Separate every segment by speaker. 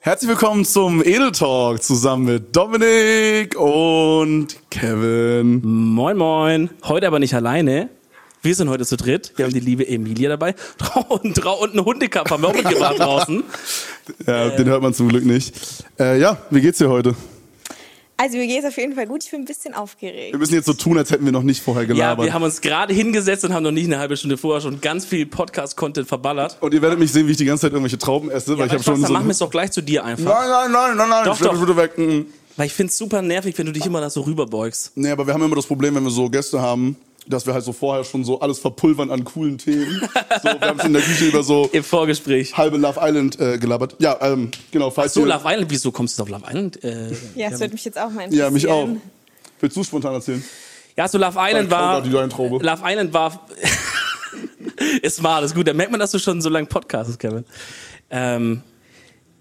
Speaker 1: Herzlich willkommen zum Edel Talk zusammen mit Dominik und Kevin.
Speaker 2: Moin, moin. Heute aber nicht alleine. Wir sind heute zu dritt. Wir haben die liebe Emilia dabei. Und, drau- und einen Hundekampf haben wir auch mitgebracht draußen.
Speaker 1: Ja,
Speaker 2: Äh.
Speaker 1: den hört man zum Glück nicht. Äh, ja, wie geht's dir heute?
Speaker 3: Also mir geht es auf jeden Fall gut. Ich bin ein bisschen aufgeregt.
Speaker 1: Wir müssen jetzt so tun, als hätten wir noch nicht vorher
Speaker 2: Ja,
Speaker 1: gelabert.
Speaker 2: wir haben uns gerade hingesetzt und haben noch nicht eine halbe Stunde vorher schon ganz viel Podcast-Content verballert.
Speaker 1: und ihr werdet mich sehen, wie ich die ganze Zeit irgendwelche Trauben esse, weil ich habe
Speaker 2: weißt du was,
Speaker 1: schon
Speaker 2: dann
Speaker 1: so.
Speaker 2: machen wir es doch gleich zu dir einfach.
Speaker 1: nein, nein, nein, nein, nein,
Speaker 2: Doch,
Speaker 1: stell dich
Speaker 2: doch.
Speaker 1: bitte weg. Mm.
Speaker 2: Weil ich finde es super nervig, wenn du dich immer da so rüberbeugst.
Speaker 1: Nee, aber wir haben immer das Problem, wenn wir so Gäste haben, dass wir halt so vorher schon so alles verpulvern an coolen Themen. so, wir haben schon in der Küche über so
Speaker 2: Im Vorgespräch.
Speaker 1: halbe Love Island äh, gelabert. Ja, ähm, genau, falls
Speaker 2: So,
Speaker 1: ihr-
Speaker 2: Love Island, wieso kommst du auf Love Island? Äh,
Speaker 3: Ja, das würde mich jetzt auch mal interessieren.
Speaker 1: Ja, mich auch. Willst du spontan erzählen?
Speaker 2: ja, so Love Island war.
Speaker 1: Trauber, die Weintraube.
Speaker 2: Love Island war. ist mal, ist gut. Da merkt man, dass du schon so lange podcastest, Kevin. Ähm,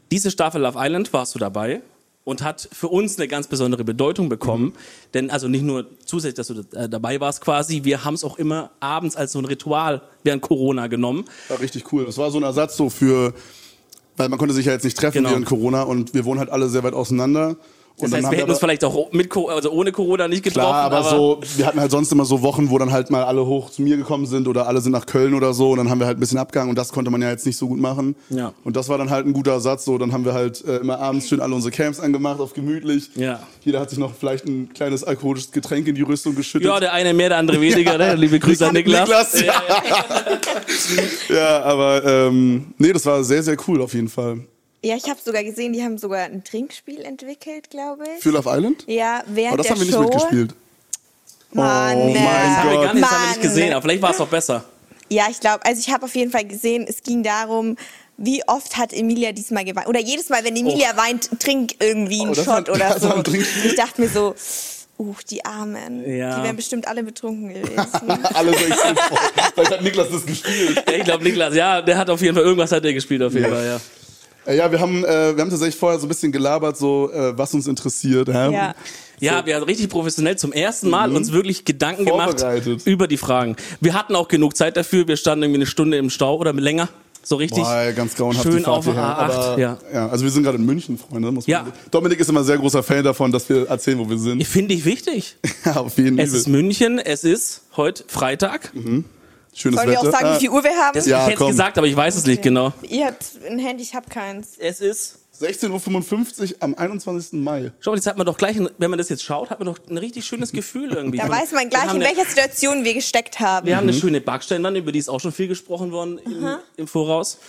Speaker 2: diese Staffel Love Island warst du dabei und hat für uns eine ganz besondere Bedeutung bekommen.
Speaker 1: Mhm.
Speaker 2: Denn also nicht nur zusätzlich, dass du äh, dabei warst quasi, wir haben es auch immer abends als so ein Ritual während Corona genommen.
Speaker 1: War richtig cool. Das war so ein Ersatz so für, weil man konnte sich ja jetzt nicht treffen
Speaker 2: Genau.
Speaker 1: während Corona und wir wohnen halt alle sehr weit auseinander. Und
Speaker 2: Das heißt, wir hätten uns vielleicht auch mit, Co- also ohne Corona nicht getroffen.
Speaker 1: Klar, aber, so, wir hatten halt sonst immer so Wochen, wo dann halt mal alle hoch zu mir gekommen sind oder alle sind nach Köln oder so und dann haben wir halt ein bisschen abgehangen und das konnte man ja jetzt nicht so gut machen.
Speaker 2: Ja.
Speaker 1: Und das war dann halt ein guter Ersatz. So, dann haben wir halt äh, immer abends schön alle unsere Camps angemacht, auf gemütlich.
Speaker 2: Ja.
Speaker 1: Jeder hat sich noch vielleicht ein kleines alkoholisches Getränk in die Rüstung geschüttet.
Speaker 2: Ja, der eine mehr, der andere weniger. Ne? Liebe Grüße an Niklas.
Speaker 1: ja. Ja, aber ähm, nee, das war sehr, sehr cool auf jeden Fall.
Speaker 3: Ja, ich habe sogar gesehen, die haben sogar ein Trinkspiel entwickelt, glaube ich.
Speaker 1: Für Love Island?
Speaker 3: Ja, während
Speaker 1: Aber das
Speaker 3: der
Speaker 1: haben wir nicht
Speaker 3: Show.
Speaker 1: mitgespielt.
Speaker 3: Mann,
Speaker 1: Oh
Speaker 3: äh,
Speaker 1: mein
Speaker 2: Haben wir gar nicht, das haben wir
Speaker 3: Mann.
Speaker 2: nicht gesehen, aber vielleicht war es doch besser.
Speaker 3: Ja, ich glaube, also ich habe auf jeden Fall gesehen, es ging darum, wie oft hat Emilia diesmal geweint? Oder jedes Mal, wenn Emilia
Speaker 2: Oh.
Speaker 3: weint, trink irgendwie einen
Speaker 1: Oh, das
Speaker 3: Shot
Speaker 1: hat-
Speaker 3: oder
Speaker 1: das
Speaker 3: so.
Speaker 1: war ein
Speaker 3: Und
Speaker 1: Trinkspiel.
Speaker 3: ich dachte mir so, uh, die Armen.
Speaker 2: Ja.
Speaker 3: Die wären bestimmt alle betrunken gewesen.
Speaker 1: Alle so extrem voll. Vielleicht hat Niklas das gespielt.
Speaker 2: Ja, ich glaube, Niklas, ja, der hat auf jeden Fall irgendwas hat er gespielt, auf jeden
Speaker 1: Ja.
Speaker 2: Fall, ja.
Speaker 1: Äh, ja, wir haben, äh, wir haben tatsächlich vorher so ein bisschen gelabert, so äh, was uns interessiert. hä?
Speaker 3: ja.
Speaker 2: Ja, wir haben richtig professionell zum ersten Mal uns wirklich Gedanken gemacht
Speaker 1: Mhm. Vorbereitet.
Speaker 2: über die Fragen. Wir hatten auch genug Zeit dafür, wir standen irgendwie eine Stunde im Stau oder länger, so richtig.
Speaker 1: Boah, ey, ganz grauenhaft.
Speaker 2: Schön
Speaker 1: die Fahrt
Speaker 2: auf der
Speaker 1: hierher.
Speaker 2: A8,
Speaker 1: Aber,
Speaker 2: ja.
Speaker 1: Also wir sind gerade in München, Freunde. Muss man
Speaker 2: Ja.
Speaker 1: sagen. Dominik ist immer ein sehr großer Fan davon, dass wir erzählen, wo wir sind.
Speaker 2: Ich Finde ich wichtig.
Speaker 1: Auf jeden
Speaker 2: Es ist
Speaker 1: Fall.
Speaker 2: München, es ist heute Freitag.
Speaker 1: Schönes
Speaker 3: Sollen wir auch
Speaker 1: Wetter.
Speaker 3: sagen,
Speaker 1: Ah,
Speaker 3: wie viel Uhr wir haben?
Speaker 2: Das,
Speaker 1: Mhm. Ja,
Speaker 2: ich hätte
Speaker 1: komm.
Speaker 2: gesagt, aber ich weiß es nicht genau.
Speaker 3: Ihr habt ein Handy, ich habe keins.
Speaker 2: Es ist.
Speaker 1: 16.55 Uhr am 21. Mai.
Speaker 2: Schau mal, jetzt hat man doch gleich, ein- wenn man das jetzt schaut, hat man doch ein richtig schönes Gefühl irgendwie.
Speaker 3: Da weiß man
Speaker 2: Wir
Speaker 3: gleich,
Speaker 2: haben
Speaker 3: in
Speaker 2: eine-
Speaker 3: welcher Situation wir gesteckt haben.
Speaker 2: Wir haben
Speaker 1: Mhm.
Speaker 2: eine schöne Backsteinwand, über die ist auch schon viel gesprochen worden im, im Voraus.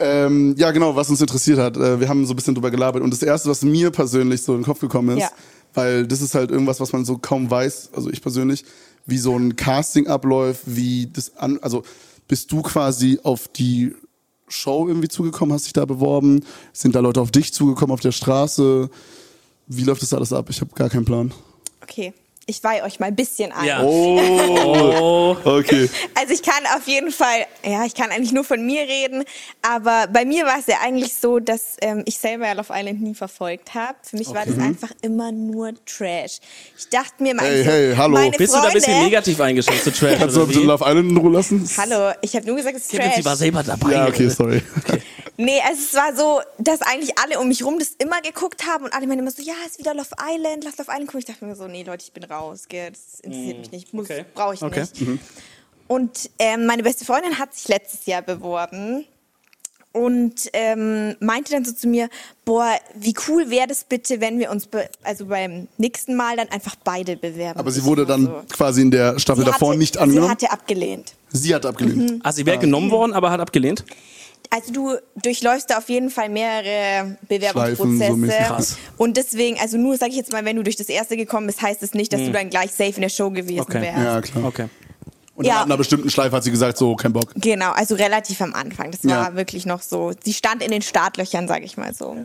Speaker 1: Ähm, ja, genau, was uns interessiert hat. Äh, wir haben so ein bisschen drüber gelabert. Und das Erste, was mir persönlich so in den Kopf gekommen ist,
Speaker 3: Ja.
Speaker 1: weil das ist halt irgendwas, was man so kaum weiß, also ich persönlich, wie so ein Casting abläuft, wie das an, also bist du quasi auf die Show irgendwie zugekommen, hast dich da beworben, sind da Leute auf dich zugekommen auf der Straße? Wie läuft das alles ab? Ich habe gar keinen Plan.
Speaker 3: Okay, ich weihe euch mal ein bisschen ein.
Speaker 2: Ja.
Speaker 1: Oh, okay.
Speaker 3: Also ich kann auf jeden Fall, ja, ich kann eigentlich nur von mir reden, aber bei mir war es ja eigentlich so, dass ähm, ich selber ja Love Island nie verfolgt habe. Für mich war das
Speaker 2: Mhm.
Speaker 3: einfach immer nur Trash. Ich dachte mir, meine,
Speaker 1: Hey, hey, hallo.
Speaker 3: meine
Speaker 2: Bist du da
Speaker 3: Freunde,
Speaker 2: ein bisschen negativ eingeschätzt zu Trash?
Speaker 1: Kannst du mal
Speaker 2: oder
Speaker 1: bitte
Speaker 2: wie?
Speaker 1: Love Island in Ruhe lassen?
Speaker 3: Hallo, ich habe nur gesagt, es ist
Speaker 2: Kevin, sie war
Speaker 3: Trash.
Speaker 2: selber dabei.
Speaker 1: Ja, okay, sorry.
Speaker 3: Nee, also es war so, dass eigentlich alle um mich rum das immer geguckt haben und alle meinen immer so, ja, ist wieder Love Island, Love Love Island. gucken. Ich dachte mir so, nee, Leute, ich bin raus, gell, das interessiert mich nicht, muss,
Speaker 2: okay.
Speaker 3: brauche ich
Speaker 2: Okay.
Speaker 3: nicht.
Speaker 1: mhm.
Speaker 3: Und ähm, meine beste Freundin hat sich letztes Jahr beworben und ähm, meinte dann so zu mir, boah, wie cool wäre das bitte, wenn wir uns, be also beim nächsten Mal dann einfach beide bewerben.
Speaker 1: Aber sie
Speaker 3: Ich
Speaker 1: wurde
Speaker 3: war
Speaker 1: dann
Speaker 3: so.
Speaker 1: quasi in der Staffel
Speaker 3: Also, Sie
Speaker 1: davor
Speaker 3: hatte,
Speaker 1: nicht angenommen.
Speaker 3: Sie hatte abgelehnt.
Speaker 1: Sie hat abgelehnt.
Speaker 3: Mhm.
Speaker 2: Also sie wäre genommen worden, aber hat abgelehnt.
Speaker 3: Also du durchläufst da auf jeden Fall mehrere
Speaker 1: Schleifen, so
Speaker 3: Bewerbungsprozesse.
Speaker 1: mäßig.
Speaker 2: Krass.
Speaker 3: Und deswegen, also nur sage ich jetzt mal, wenn du durch das erste gekommen bist, heißt es nicht, dass du dann gleich safe in der Show gewesen
Speaker 2: Okay.
Speaker 3: wärst.
Speaker 1: Hm. Ja, klar.
Speaker 2: Okay.
Speaker 1: Und dann
Speaker 3: Ja.
Speaker 1: ab einer bestimmten Schleife hat sie gesagt, so, kein Bock.
Speaker 3: Genau, also relativ am Anfang. Das
Speaker 1: Ja.
Speaker 3: war wirklich noch so. Sie stand in den Startlöchern, sage ich mal so.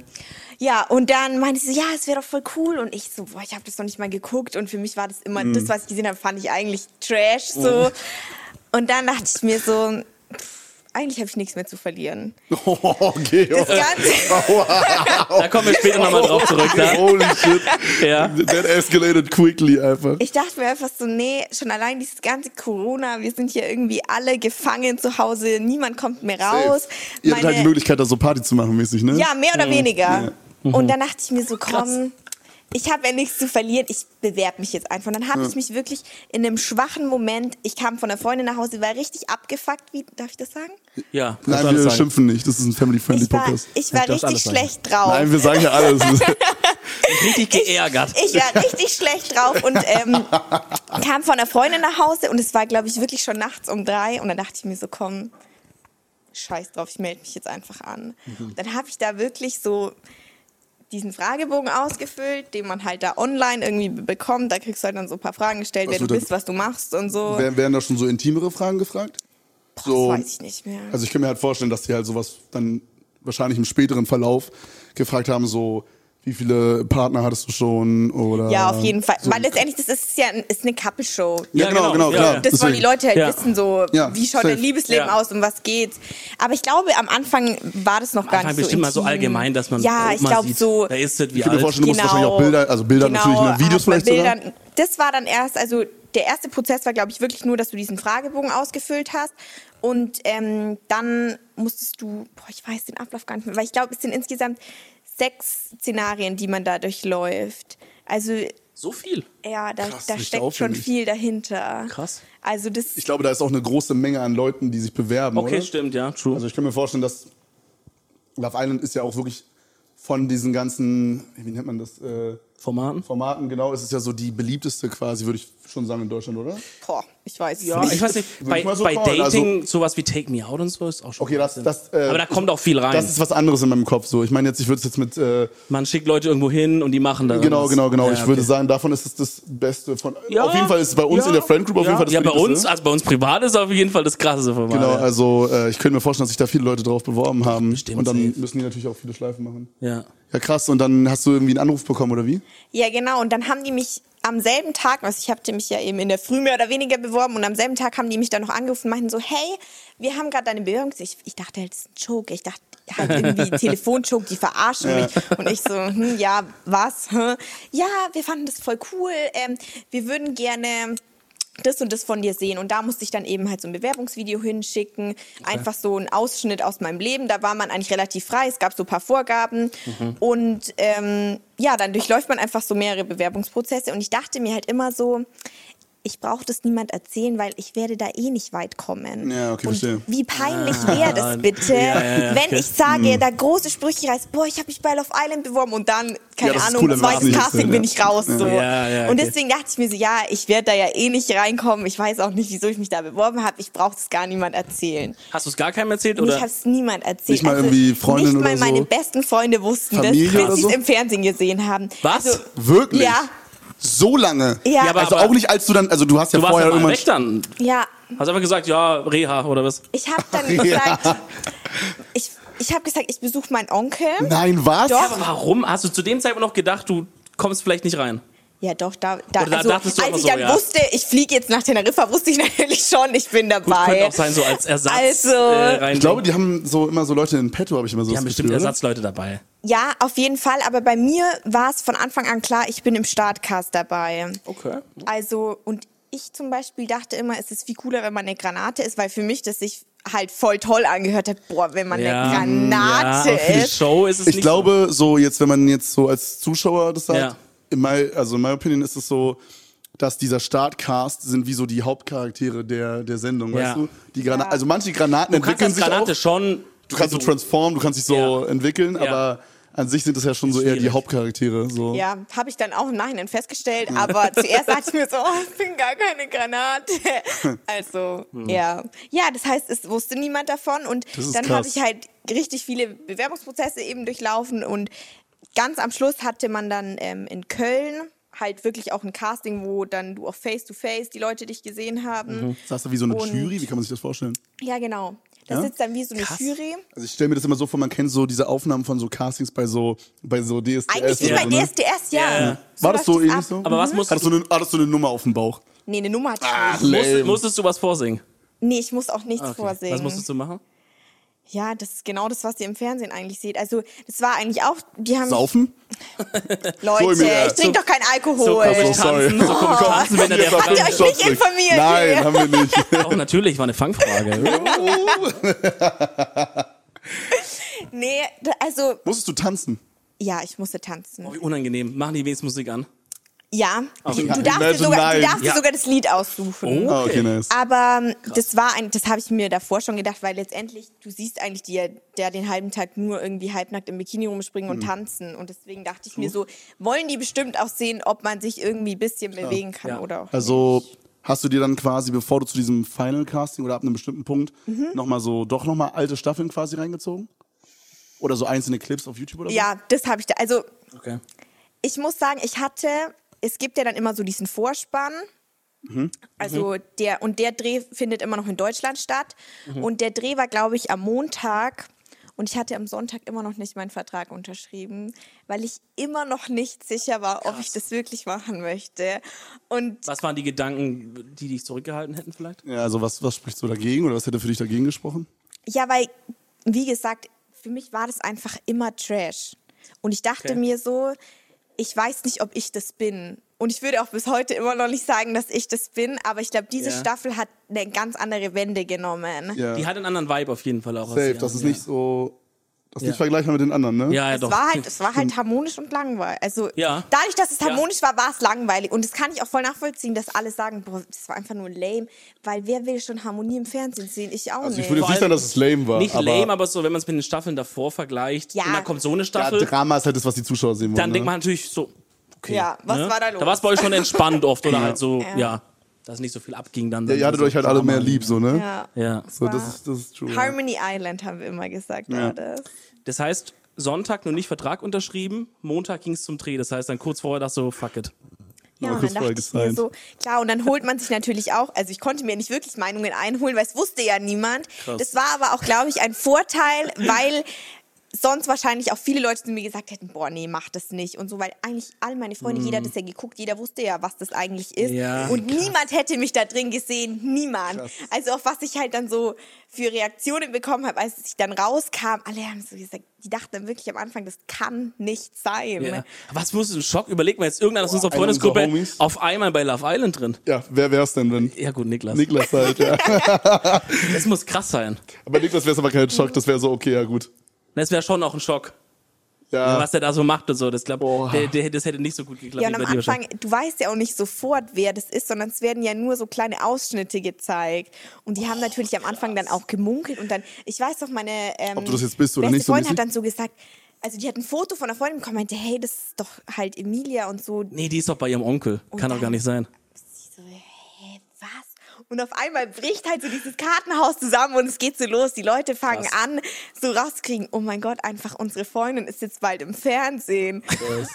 Speaker 3: Ja, und dann meinte sie, ja, es wäre doch voll cool. Und ich so, boah, ich habe das noch nicht mal geguckt. Und für mich war das immer,
Speaker 1: Hm.
Speaker 3: das,
Speaker 1: Oh.
Speaker 3: was ich gesehen habe, fand ich eigentlich Trash so. Und dann dachte ich mir so, pff, eigentlich habe ich nichts mehr zu verlieren.
Speaker 1: Oh, Okay,
Speaker 3: Das Ganze,
Speaker 2: Da kommen wir später nochmal drauf zurück. Ne?
Speaker 1: Holy shit.
Speaker 2: Ja.
Speaker 1: That escalated quickly einfach.
Speaker 3: ich dachte mir einfach so, nee, schon allein dieses ganze Corona, wir sind hier irgendwie alle gefangen zu Hause, niemand kommt mehr raus.
Speaker 1: Ihr habt halt die
Speaker 3: Meine-
Speaker 1: Möglichkeit, da so Party zu machen, mäßig, ne?
Speaker 3: Ja, mehr oder weniger.
Speaker 2: Mhm.
Speaker 3: Und dann dachte ich mir so, komm, ich habe ja nichts zu verlieren, ich bewerbe mich jetzt einfach. Und dann habe ich mich wirklich in einem schwachen Moment, ich kam von einer Freundin nach Hause, war richtig abgefuckt, wie darf ich das sagen?
Speaker 2: Ja, kannst
Speaker 1: Nein,
Speaker 2: alles
Speaker 1: wir
Speaker 2: sagen.
Speaker 1: schimpfen nicht. Das ist ein family-friendly
Speaker 3: Ich war,
Speaker 1: Podcast.
Speaker 3: ich war
Speaker 2: Du darfst
Speaker 3: richtig
Speaker 2: alles sagen.
Speaker 3: schlecht drauf.
Speaker 1: Nein, wir sagen ja alles.
Speaker 2: Richtig geärgert.
Speaker 3: Ich war richtig schlecht drauf und ähm, kam von einer Freundin nach Hause und es war, glaube ich, wirklich schon nachts um drei. Und dann dachte ich mir so, komm, scheiß drauf, ich melde mich jetzt einfach an.
Speaker 1: Mhm.
Speaker 3: Und dann habe ich da wirklich so diesen Fragebogen ausgefüllt, den man halt da online irgendwie bekommt. Da kriegst du halt dann so ein paar Fragen gestellt,
Speaker 1: Was
Speaker 3: wer du
Speaker 1: wird denn-
Speaker 3: bist, was du machst und so.
Speaker 1: Werden, werden da schon so intimere Fragen gefragt?
Speaker 3: Boah,
Speaker 1: so-
Speaker 3: das weiß ich nicht mehr.
Speaker 1: Also ich kann mir halt vorstellen, dass die halt sowas dann wahrscheinlich im späteren Verlauf gefragt haben, so wie viele Partner hattest du schon oder
Speaker 3: ja, auf jeden Fall.
Speaker 1: ähm, So
Speaker 3: Weil letztendlich, das ist ja ein- ist eine Kappelshow.
Speaker 1: ja, genau, genau,
Speaker 2: Ja,
Speaker 1: klar.
Speaker 2: ja.
Speaker 3: Das wollen die
Speaker 1: Deswegen.
Speaker 3: Leute halt
Speaker 2: Ja.
Speaker 3: wissen, so
Speaker 1: Ja,
Speaker 3: wie schaut
Speaker 1: safe.
Speaker 3: dein Liebesleben
Speaker 2: Ja.
Speaker 3: aus und was geht's. Aber ich glaube, am Anfang war das noch gar
Speaker 2: Anfang
Speaker 3: nicht so.
Speaker 2: bestimmt mal so
Speaker 3: intim.
Speaker 2: allgemein, dass man
Speaker 3: Ja,
Speaker 2: ob
Speaker 3: ich
Speaker 2: man
Speaker 3: glaube
Speaker 2: sieht,
Speaker 3: so. genau.
Speaker 2: Wer ist das, wie
Speaker 1: Ich kann mir
Speaker 2: alt?
Speaker 1: vorstellen, du musst wahrscheinlich auch Bilder, also Bilder natürlich, ne? Videos
Speaker 3: hat man
Speaker 1: vielleicht sogar.
Speaker 3: Bildern- Das war dann erst, also der erste Prozess war, glaube ich, wirklich nur, dass du diesen Fragebogen ausgefüllt hast. Und ähm, dann musstest du, boah, ich weiß den Ablauf gar nicht mehr, weil ich glaube, es sind insgesamt sechs Szenarien, die man da durchläuft. Also
Speaker 2: So viel.
Speaker 3: ja, da,
Speaker 1: Krass,
Speaker 3: da
Speaker 1: richtig
Speaker 3: steckt schon
Speaker 1: aufwendig.
Speaker 3: viel dahinter.
Speaker 2: Krass.
Speaker 3: Also das
Speaker 1: Ich glaube, da ist auch eine große Menge an Leuten, die sich bewerben,
Speaker 2: Okay,
Speaker 1: oder?
Speaker 2: stimmt, ja, true.
Speaker 1: Also ich kann mir vorstellen, dass Love Island ist ja auch wirklich von diesen ganzen, wie nennt man das, äh,
Speaker 2: Formaten?
Speaker 1: Formaten, genau, es ist ja so die beliebteste quasi, würde ich schon sagen, in Deutschland, oder?
Speaker 3: Boah, ich weiß. es
Speaker 2: Ja,
Speaker 3: nicht.
Speaker 2: ich weiß nicht,
Speaker 1: Würde
Speaker 2: bei,
Speaker 1: ich mal so
Speaker 2: bei
Speaker 1: trauen,
Speaker 2: Dating, sowas wie Take Me Out und so ist auch schon.
Speaker 1: Okay, das,
Speaker 2: Wahnsinn.
Speaker 1: das, äh,
Speaker 2: Aber da kommt auch viel rein.
Speaker 1: Das ist was anderes in meinem Kopf. So, ich meine jetzt, ich würde es jetzt mit äh,
Speaker 2: Man schickt Leute irgendwo hin und die machen dann.
Speaker 1: genau, genau, genau.
Speaker 2: Ja,
Speaker 1: Ich würde
Speaker 2: okay.
Speaker 1: sagen, davon ist es das Beste von.
Speaker 2: Ja,
Speaker 1: auf jeden Fall ist es bei uns
Speaker 2: ja,
Speaker 1: in der Friend Group auf
Speaker 2: ja.
Speaker 1: jeden Fall das
Speaker 2: Ja, bei
Speaker 1: beliebteste.
Speaker 2: uns, also bei uns privat ist auf jeden Fall das krasseste Format.
Speaker 1: Genau,
Speaker 2: ja.
Speaker 1: also äh, ich könnte mir vorstellen, dass sich da viele Leute drauf beworben haben.
Speaker 2: bestimmt,
Speaker 1: und dann
Speaker 2: safe.
Speaker 1: müssen die natürlich auch viele Schleifen machen.
Speaker 2: ja.
Speaker 1: Ja, krass. Und dann hast du irgendwie einen Anruf bekommen, oder wie?
Speaker 3: Ja, genau. Und dann haben die mich am selben Tag, also ich hatte mich ja eben in der Früh mehr oder weniger beworben und am selben Tag haben die mich dann noch angerufen und meinten so, hey, wir haben gerade deine Bewerbung. gesehen. Ich, ich dachte, halt, das ist ein Joke. Ich dachte, halt irgendwie Telefonjoke, die verarschen
Speaker 1: Ja.
Speaker 3: mich. Und ich so, hm, ja, was? Hä? Ja, wir fanden das voll cool. Ähm, wir würden gerne das und das von dir sehen. Und da musste ich dann eben halt so ein Bewerbungsvideo hinschicken, einfach so ein Ausschnitt aus meinem Leben. Da war man eigentlich relativ frei, es gab so ein paar Vorgaben.
Speaker 1: Mhm.
Speaker 3: Und ähm, ja, dann durchläuft man einfach so mehrere Bewerbungsprozesse. Und ich dachte mir halt immer so, ich brauche das niemand erzählen, weil ich werde da eh nicht weit kommen.
Speaker 1: Ja, okay,
Speaker 3: und
Speaker 1: verstehe. Ah.
Speaker 3: Wie peinlich wäre das bitte,
Speaker 2: Ja, ja, ja,
Speaker 3: wenn
Speaker 2: okay.
Speaker 3: ich
Speaker 1: Mhm.
Speaker 3: sage, da große Sprüche reißt, boah, ich habe mich bei Love Island beworben und dann, keine
Speaker 1: das ist
Speaker 3: Ahnung,
Speaker 1: cool, dann war's
Speaker 3: zweites
Speaker 1: nicht.
Speaker 3: Casting bin ich raus. So.
Speaker 2: Ja, ja,
Speaker 3: Und
Speaker 2: okay.
Speaker 3: deswegen dachte ich mir so, ja, ich werde da ja eh nicht reinkommen. Ich weiß auch nicht, wieso ich mich da beworben habe. Ich brauche es gar niemand erzählen.
Speaker 2: Hast du es gar keinem erzählt?
Speaker 3: Und ich
Speaker 2: Oder?
Speaker 3: habe es niemand erzählt. Also
Speaker 1: Nicht mal irgendwie Freundin
Speaker 3: Nicht mal
Speaker 1: oder so?
Speaker 3: meine besten Freunde wussten
Speaker 1: Familie
Speaker 3: das,
Speaker 1: oder
Speaker 3: bis sie
Speaker 1: so?
Speaker 3: es im Fernsehen gesehen haben.
Speaker 2: Was?
Speaker 3: Also,
Speaker 1: Wirklich?
Speaker 3: Ja.
Speaker 1: So lange?
Speaker 3: Ja. Ja, aber-
Speaker 1: also
Speaker 2: aber-
Speaker 1: auch nicht, als du dann, also du hast ja
Speaker 2: du warst
Speaker 1: vorher
Speaker 2: ja mal
Speaker 1: irgendwann.
Speaker 2: weg dann.
Speaker 3: ja,
Speaker 2: Hast einfach gesagt, ja, Reha oder was?
Speaker 3: ich habe dann halt gesagt, ich, ich habe gesagt, ich besuche meinen Onkel.
Speaker 1: Nein, was?
Speaker 3: Doch.
Speaker 2: Aber warum? Hast du zu dem Zeitpunkt noch gedacht, du kommst vielleicht nicht rein?
Speaker 3: Ja, doch, da, da,
Speaker 2: Oder da
Speaker 3: also,
Speaker 2: dachtest du
Speaker 3: als
Speaker 2: aber
Speaker 3: ich
Speaker 2: so,
Speaker 3: dann
Speaker 2: ja.
Speaker 3: wusste, ich fliege jetzt nach Teneriffa, wusste ich natürlich schon, ich bin
Speaker 2: Gut,
Speaker 3: dabei.
Speaker 2: könnte auch sein, so als Ersatz
Speaker 3: Also-
Speaker 2: äh, rein.
Speaker 1: Ich glaube, die haben so immer so Leute in petto, habe ich immer so
Speaker 2: die
Speaker 1: das
Speaker 2: haben bestimmt
Speaker 1: Gefühl, oder?
Speaker 2: Ersatzleute dabei.
Speaker 3: Ja, auf jeden Fall. Aber bei mir war es von Anfang an klar, ich bin im Startcast dabei.
Speaker 2: Okay.
Speaker 3: Also, und ich zum Beispiel dachte immer, es ist viel cooler, wenn man eine Granate ist, weil für mich das sich halt voll toll angehört hat. Boah, wenn man
Speaker 2: Ja,
Speaker 3: eine Granate
Speaker 2: ja, aber für die
Speaker 3: ist.
Speaker 2: Show ist es
Speaker 1: Ich
Speaker 2: nicht
Speaker 1: glaube, so jetzt, wenn man jetzt so als Zuschauer das sagt,
Speaker 2: Ja.
Speaker 1: in my, also in meiner Opinion ist es so, dass dieser Startcast sind wie so die Hauptcharaktere der, der Sendung,
Speaker 2: Ja.
Speaker 1: weißt du? Die Grana
Speaker 3: Ja.
Speaker 1: Also manche Granaten
Speaker 2: Du kannst
Speaker 1: entwickeln
Speaker 2: als
Speaker 1: sich
Speaker 2: Granate
Speaker 1: auch.
Speaker 2: schon.
Speaker 1: Du kannst so transformen, du kannst dich so
Speaker 2: Ja.
Speaker 1: entwickeln,
Speaker 2: Ja.
Speaker 1: aber an sich sind das ja schon so eher die
Speaker 2: Schwierig.
Speaker 1: Hauptcharaktere. So.
Speaker 3: Ja, habe ich dann auch im Nachhinein festgestellt. Aber zuerst dachte ich mir so, oh, ich bin gar keine Granate. Also, ja. Ja, das heißt, es wusste niemand davon. Und
Speaker 1: Hm. Das ist
Speaker 3: dann habe
Speaker 1: krass.
Speaker 3: ich halt richtig viele Bewerbungsprozesse eben durchlaufen. Und ganz am Schluss hatte man dann ähm, in Köln halt wirklich auch ein Casting, wo dann du auch face-to-face die Leute dich gesehen haben.
Speaker 1: Sagst du wie so eine
Speaker 3: Und-
Speaker 1: Jury? Wie kann man sich das vorstellen?
Speaker 3: Ja, genau. Da
Speaker 1: Ja?
Speaker 3: sitzt dann wie so eine
Speaker 2: Krass.
Speaker 3: Jury.
Speaker 1: Also ich stelle mir das immer so vor, man kennt so diese Aufnahmen von so Castings bei so bei so DSDS.
Speaker 3: Eigentlich wie
Speaker 1: oder
Speaker 3: bei
Speaker 1: so, ne?
Speaker 3: DSDS, ja.
Speaker 2: Ja.
Speaker 1: War das
Speaker 3: läuft
Speaker 1: so
Speaker 3: es
Speaker 1: ähnlich
Speaker 3: ab. Mhm.
Speaker 1: so?
Speaker 2: Aber was musst
Speaker 1: hattest du, eine, hattest du eine Nummer auf dem Bauch?
Speaker 3: Nee, eine Nummer hatte ich
Speaker 1: Ah,
Speaker 3: nicht.
Speaker 1: lame.
Speaker 2: Musstest, musstest du was vorsingen?
Speaker 3: Nee, ich muss auch nichts
Speaker 1: Ah,
Speaker 2: Okay.
Speaker 3: vorsingen.
Speaker 2: Was musstest du machen?
Speaker 3: Ja, das ist genau das, was ihr im Fernsehen eigentlich seht. Also, das war eigentlich auch, die haben
Speaker 1: Saufen? Hol
Speaker 3: Leute,
Speaker 1: mir das.
Speaker 3: ich trinke doch keinen
Speaker 2: So
Speaker 3: Alkohol.
Speaker 2: komme ich
Speaker 1: sorry.
Speaker 2: tanzen, so komme ich
Speaker 3: Oh.
Speaker 2: tanzen, wenn er der
Speaker 3: Habt ihr euch
Speaker 1: Shots
Speaker 3: nicht
Speaker 1: weg.
Speaker 3: informiert?
Speaker 1: Nein, haben wir nicht.
Speaker 2: Auch natürlich, war eine Fangfrage.
Speaker 3: nee, da- also,
Speaker 1: Musstest du tanzen?
Speaker 3: ja, ich musste tanzen.
Speaker 2: Wie unangenehm. Machen die wenigstens Musik an.
Speaker 3: Ja,
Speaker 2: Okay.
Speaker 3: du darfst, dir
Speaker 1: Also, Imagine
Speaker 3: sogar, du
Speaker 1: Nine.
Speaker 3: darfst dir
Speaker 2: Ja.
Speaker 3: sogar das Lied aussuchen.
Speaker 1: Ah, okay, nice.
Speaker 3: Aber ähm, das war ein, das habe ich mir davor schon gedacht, weil letztendlich, du siehst eigentlich die, der den halben Tag nur irgendwie halbnackt im Bikini rumspringen und tanzen. Und deswegen dachte ich mir so, wollen die bestimmt auch sehen, ob man sich irgendwie ein bisschen bewegen kann
Speaker 2: Ja.
Speaker 3: oder auch.
Speaker 1: Also hast du dir dann quasi, bevor du zu diesem Final Casting oder ab einem bestimmten Punkt,
Speaker 3: Mhm.
Speaker 1: nochmal so, doch nochmal alte Staffeln quasi reingezogen? Oder so einzelne Clips auf YouTube oder so?
Speaker 3: Ja, das habe ich da. Also
Speaker 2: Okay.
Speaker 3: ich muss sagen, ich hatte, es gibt ja dann immer so diesen Vorspann. Also der und der Dreh findet immer noch in Deutschland statt und der Dreh war glaube ich am Montag und ich hatte am Sonntag immer noch nicht meinen Vertrag unterschrieben, weil ich immer noch nicht sicher war, ob ich das wirklich machen möchte. Und
Speaker 2: Was waren die Gedanken, die dich zurückgehalten hätten vielleicht?
Speaker 1: Ja, also was, was sprichst du dagegen oder was hätte für dich dagegen gesprochen?
Speaker 3: Ja, weil, wie gesagt, für mich war das einfach immer Trash. Und ich dachte
Speaker 2: Okay.
Speaker 3: mir so, ich weiß nicht, ob ich das bin. Und ich würde auch bis heute immer noch nicht sagen, dass ich das bin, aber ich glaube, diese
Speaker 2: Ja.
Speaker 3: Staffel hat eine ganz andere Wende genommen.
Speaker 1: Ja,
Speaker 2: Die hat einen anderen Vibe auf jeden Fall auch. als
Speaker 1: safe,
Speaker 2: die
Speaker 1: das ist
Speaker 2: anderen,
Speaker 1: nicht so, das ist
Speaker 2: Ja.
Speaker 1: nicht vergleichbar mit den anderen, ne?
Speaker 2: Ja, ja, ja
Speaker 3: Es
Speaker 2: doch.
Speaker 3: war, halt, es war halt harmonisch und langweilig. Also
Speaker 2: Ja.
Speaker 3: dadurch, dass es
Speaker 2: Ja.
Speaker 3: harmonisch war, war es langweilig. Und das kann ich auch voll nachvollziehen, dass alle sagen, boah, das war einfach nur lame. Weil wer will schon Harmonie im Fernsehen sehen? Ich auch
Speaker 1: Also ich
Speaker 3: nicht.
Speaker 1: würde jetzt nicht
Speaker 2: Vor allem
Speaker 1: sagen, dass es lame war.
Speaker 2: nicht
Speaker 1: aber
Speaker 2: lame, aber so, wenn man es mit den Staffeln davor vergleicht,
Speaker 3: Ja.
Speaker 2: und dann kommt so eine
Speaker 1: ja,
Speaker 2: Staffel,
Speaker 1: Drama ist halt das, was die Zuschauer sehen wollen.
Speaker 2: dann denkt
Speaker 1: ne?
Speaker 2: man natürlich so, okay. ne?
Speaker 3: Ja, was war da los?
Speaker 2: Da war es bei euch schon entspannt oft oder
Speaker 1: Ja.
Speaker 2: halt so, ja.
Speaker 3: Ja.
Speaker 2: dass nicht so viel abging dann.
Speaker 1: ja, ihr hattet
Speaker 2: so
Speaker 1: euch halt alle
Speaker 2: Drama.
Speaker 1: mehr lieb, so, ne?
Speaker 3: ja.
Speaker 2: Ja.
Speaker 1: So, das ist, das ist true. ja.
Speaker 3: Harmony Island haben wir immer gesagt.
Speaker 1: Ja.
Speaker 3: War das.
Speaker 2: Das heißt, Sonntag noch nicht Vertrag unterschrieben, Montag ging es zum Dreh. Das heißt, dann kurz vorher dachte so, fuck it.
Speaker 3: Ja,
Speaker 1: Mal
Speaker 3: und
Speaker 1: kurz
Speaker 3: dann dachte ich
Speaker 1: vorher
Speaker 3: mir so, klar, und dann holt man sich natürlich auch, also ich konnte mir nicht wirklich Meinungen einholen, weil es wusste ja niemand. Das war aber auch, glaube ich, ein Vorteil, weil sonst wahrscheinlich auch viele Leute zu mir gesagt hätten, boah, nee, mach das nicht und so, weil eigentlich all meine Freunde, jeder hat das ja geguckt, jeder wusste ja, was das eigentlich ist.
Speaker 2: Mhm. Ja,
Speaker 3: und niemand hätte mich da drin gesehen, niemand. Also auch was ich halt dann so für Reaktionen bekommen habe, als ich dann rauskam, alle haben so gesagt, die dachten dann wirklich am Anfang, das kann nicht sein.
Speaker 2: Ja. Was muss ein Schock? Überleg mal jetzt, irgendeiner aus unserer
Speaker 1: einer unserer
Speaker 2: Freundesgruppe
Speaker 1: Homies.
Speaker 2: auf einmal bei Love Island drin.
Speaker 1: Ja, wer wär's denn, wenn?
Speaker 2: Ja gut, Niklas.
Speaker 1: Niklas halt, ja.
Speaker 2: Das muss krass sein.
Speaker 1: aber Niklas wär's aber kein Schock, das wäre so, okay, ja gut.
Speaker 2: Das wäre schon auch ein Schock,
Speaker 1: Ja,
Speaker 2: was er da so macht und so. Das, glaub,
Speaker 1: Boah.
Speaker 2: der, der, das hätte nicht so gut geklappt.
Speaker 3: Ja,
Speaker 2: wie
Speaker 3: und am
Speaker 2: bei dir wahrscheinlich.
Speaker 3: Anfang, du weißt ja auch nicht sofort, wer das ist, sondern es werden ja nur so kleine Ausschnitte gezeigt. Und die haben natürlich am Anfang dann auch gemunkelt. Und dann, ich weiß doch, meine ähm,
Speaker 1: Ob du das jetzt bist oder
Speaker 3: beste
Speaker 1: nicht, so
Speaker 3: Freundin hat
Speaker 1: mäßig?
Speaker 3: dann so gesagt, also die hat ein Foto von einer Freundin bekommen, meinte, hey, das ist doch halt Emilia und so.
Speaker 2: Nee, die ist doch bei ihrem Onkel. Kann doch
Speaker 3: dann-
Speaker 2: gar nicht sein.
Speaker 3: so hä, was? Und auf einmal bricht halt so dieses Kartenhaus zusammen und es geht so los. Die Leute fangen
Speaker 2: Krass.
Speaker 3: an, so rauszukriegen, oh mein Gott, einfach unsere Freundin ist jetzt bald im Fernsehen.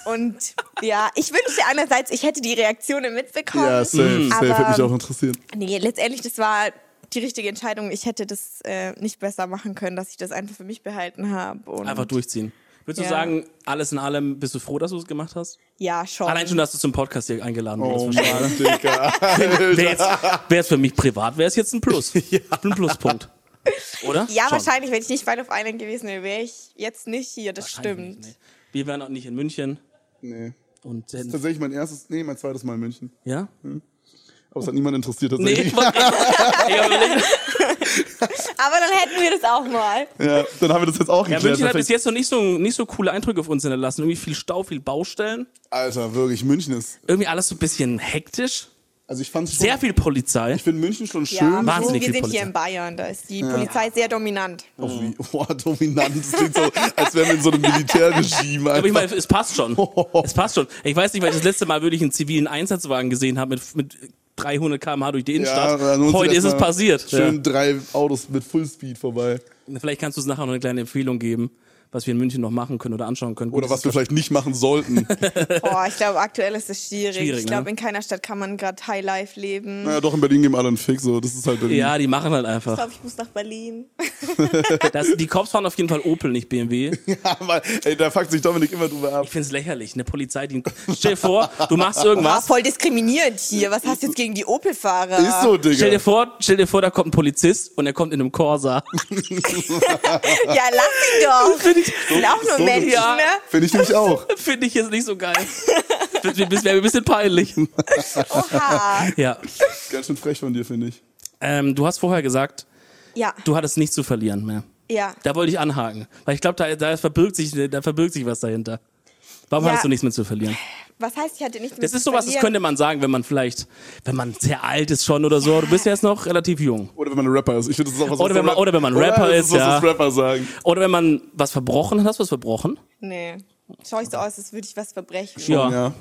Speaker 3: Und ja, ich wünschte einerseits, ich hätte die Reaktionen mitbekommen.
Speaker 1: ja safe, safe,
Speaker 3: Mhm. aber- ähm,
Speaker 1: hätte mich auch interessiert.
Speaker 3: Nee, letztendlich, das war die richtige Entscheidung. Ich hätte das äh, nicht besser machen können, dass ich das einfach für mich behalten habe. Und
Speaker 2: Einfach durchziehen. Würdest du
Speaker 3: Ja.
Speaker 2: sagen, alles in allem, bist du froh, dass du es gemacht hast?
Speaker 3: Ja, schon.
Speaker 2: Allein schon, dass du zum Podcast hier eingeladen
Speaker 1: Oh
Speaker 2: wurdest. wahrscheinlich.
Speaker 1: Mann, Digga. Alter.
Speaker 2: Wäre jetzt, wär jetzt für mich privat, wäre es jetzt ein Plus. Ein Pluspunkt. Oder?
Speaker 3: ja,
Speaker 2: Schon.
Speaker 3: wahrscheinlich, wenn ich nicht weit auf Island gewesen wäre, wäre ich jetzt nicht hier. Das
Speaker 2: Wahrscheinlich
Speaker 3: stimmt.
Speaker 2: nicht. Wir wären auch nicht in München.
Speaker 1: Nee.
Speaker 2: Und hätten-
Speaker 1: Tatsächlich mein erstes, nee, mein zweites Mal in München.
Speaker 2: ja?
Speaker 1: Aber es hat niemand interessiert
Speaker 2: Nee,
Speaker 1: tatsächlich.
Speaker 2: ich wollte gerade-
Speaker 3: Aber dann hätten wir das auch mal.
Speaker 1: Ja, dann haben wir das jetzt auch
Speaker 2: ja,
Speaker 1: geklärt.
Speaker 2: München hat bis
Speaker 1: Perfekt.
Speaker 2: jetzt noch nicht so, nicht so coole Eindrücke auf uns hinterlassen. Irgendwie viel Stau, viel Baustellen.
Speaker 1: Alter, wirklich, München ist.
Speaker 2: Irgendwie alles so ein bisschen hektisch.
Speaker 1: Also ich fand's schon.
Speaker 2: Sehr viel Polizei.
Speaker 1: ich finde München schon schön.
Speaker 3: Ja, wir
Speaker 2: Wahnsinnig
Speaker 3: sind
Speaker 2: viel Polizei.
Speaker 3: hier in Bayern, da ist die Polizei sehr dominant.
Speaker 1: Oh, wie, oh, dominant. Das klingt so, als wären wir in so einem Militärregime.
Speaker 2: Aber ich
Speaker 1: Alter.
Speaker 2: meine, es passt schon. Es passt schon. Ich weiß nicht, weil ich das letzte Mal wirklich einen zivilen Einsatzwagen gesehen habe mit, mit 300 km/h durch die Innenstadt.
Speaker 1: dann uns
Speaker 2: Heute ist es
Speaker 1: erstmal
Speaker 2: passiert.
Speaker 1: Schön drei Autos mit Fullspeed vorbei.
Speaker 2: Ja. Vielleicht kannst du es nachher noch eine kleine Empfehlung geben, was wir in München noch machen können oder anschauen können.
Speaker 1: Oder was wir vielleicht nicht machen sollten.
Speaker 3: Boah, ich glaube, aktuell ist es schwierig.
Speaker 2: Schwierig,
Speaker 3: ich glaube,
Speaker 2: ne?
Speaker 3: in keiner Stadt kann man gerade Highlife leben.
Speaker 1: naja, doch, in Berlin geben alle einen Fick, so. Das ist halt Berlin.
Speaker 2: Ja, die machen halt
Speaker 3: Ich
Speaker 2: einfach.
Speaker 3: glaube, ich muss nach Berlin.
Speaker 2: Das, die Cops fahren auf jeden Fall Opel, nicht BMW.
Speaker 1: Ja, weil, ey, da fuckt sich Dominik immer drüber ab.
Speaker 2: Ich find's lächerlich. Eine Polizei, die. Stell dir vor, du machst
Speaker 3: War
Speaker 2: irgendwas.
Speaker 3: voll diskriminierend hier. Was hast du jetzt gegen die Opel-Fahrer?
Speaker 1: Ist so,
Speaker 2: Ah, Stell dir
Speaker 1: Digga.
Speaker 2: vor, stell dir vor, da kommt ein Polizist und er kommt in einem Corsa.
Speaker 3: Ja, lass ihn doch. Sind auch nur
Speaker 1: so
Speaker 3: Menschen,
Speaker 2: Ja.
Speaker 3: ne?
Speaker 1: Finde ich nämlich auch.
Speaker 2: Finde ich jetzt nicht so geil. Das wäre mir ein bisschen peinlich.
Speaker 3: Oha.
Speaker 2: Ja.
Speaker 1: Ganz schön frech von dir, finde ich.
Speaker 2: Ähm, du hast vorher gesagt,
Speaker 3: Ja,
Speaker 2: du hattest nichts zu verlieren mehr.
Speaker 3: ja.
Speaker 2: Da wollte ich anhaken. Weil ich glaube, da, da, verbirgt sich, da verbirgt sich was dahinter. Warum
Speaker 3: Ja.
Speaker 2: hattest du nichts mehr zu verlieren?
Speaker 3: Was heißt, ich hatte nichts mit
Speaker 2: Das ist sowas, das könnte man sagen, wenn man vielleicht, wenn man sehr alt ist schon oder so. Du bist ja jetzt noch relativ jung.
Speaker 1: Oder wenn man ein Rapper ist. Ich finde, das ist auch was,
Speaker 2: Oder
Speaker 1: was
Speaker 2: wenn man-
Speaker 1: Rap-
Speaker 2: oder wenn man Rapper
Speaker 1: das
Speaker 2: ist,
Speaker 1: was,
Speaker 2: ja.
Speaker 1: was Rapper sagen.
Speaker 2: Oder wenn man was verbrochen hat, hast du was verbrochen?
Speaker 3: Nee. Schau ich so aus, als würde ich was verbrechen.
Speaker 2: Ja.
Speaker 1: Ja.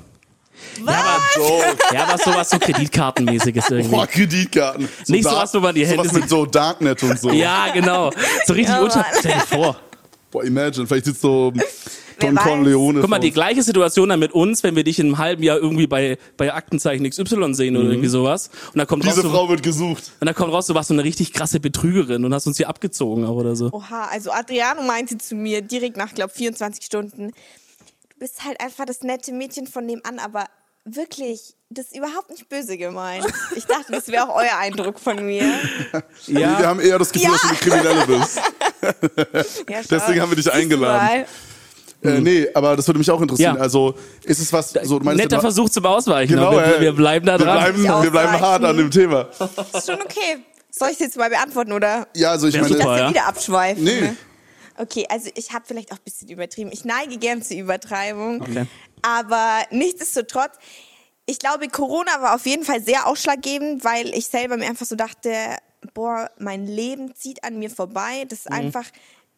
Speaker 3: Was?
Speaker 1: Joke.
Speaker 2: Ja, aber sowas so Kreditkartenmäßiges irgendwie.
Speaker 1: Boah, Kreditkarten. So
Speaker 2: Nicht so
Speaker 1: Dark-
Speaker 2: was, wo man die Hände-
Speaker 1: Sowas mit so Darknet und so.
Speaker 2: Ja, genau. So richtig
Speaker 3: Ja,
Speaker 2: unter.
Speaker 3: Mann.
Speaker 2: Stell dir vor.
Speaker 1: Boah, imagine. Vielleicht sitzt so Don
Speaker 3: weiß.
Speaker 1: Corleone.
Speaker 2: Guck mal,
Speaker 1: vor
Speaker 2: die
Speaker 1: uns.
Speaker 2: gleiche Situation dann mit uns, wenn wir dich in einem halben Jahr irgendwie bei, bei Aktenzeichen XY sehen oder irgendwie sowas. Und dann kommt
Speaker 1: Mhm. Diese
Speaker 2: raus,
Speaker 1: Frau wird gesucht.
Speaker 2: du, und dann kommt raus, du warst so eine richtig krasse Betrügerin und hast uns hier abgezogen auch oder so.
Speaker 3: Oha, also Adriano meinte zu mir direkt nach, glaube 24 Stunden, du bist halt einfach das nette Mädchen von nebenan, aber wirklich, das ist überhaupt nicht böse gemeint. Ich dachte, das wäre auch euer Eindruck von mir.
Speaker 1: Nee, wir haben eher das Gefühl, dass du eine Kriminelle bist.
Speaker 3: Ja,
Speaker 1: Deswegen haben wir dich eingeladen.
Speaker 3: Mal.
Speaker 1: Äh, nee, aber das würde mich auch interessieren.
Speaker 2: Hm. Ja.
Speaker 1: Also, ist es was, so, du meinst,
Speaker 2: Netter
Speaker 1: wir,
Speaker 2: Versuch zum Ausweichen.
Speaker 1: genau,
Speaker 2: aber wir,
Speaker 1: äh,
Speaker 2: wir bleiben da dran.
Speaker 1: Wir bleiben,
Speaker 3: Nicht
Speaker 1: wir bleiben hart
Speaker 3: ausweichen.
Speaker 1: an dem Thema.
Speaker 3: Ist schon okay. Soll ich es jetzt mal beantworten oder?
Speaker 1: Ja, also ich
Speaker 2: Wär
Speaker 1: meine,
Speaker 2: super.
Speaker 3: Dass
Speaker 2: ja.
Speaker 3: wir wieder abschweifen.
Speaker 1: Nee.
Speaker 3: ne? Okay, also ich habe vielleicht auch ein bisschen übertrieben. Ich neige gern zur Übertreibung.
Speaker 2: Okay.
Speaker 3: Aber nichtsdestotrotz, ich glaube, Corona war auf jeden Fall sehr ausschlaggebend, weil ich selber mir einfach so dachte, boah, mein Leben zieht an mir vorbei.
Speaker 1: Mhm.
Speaker 3: Das ist einfach,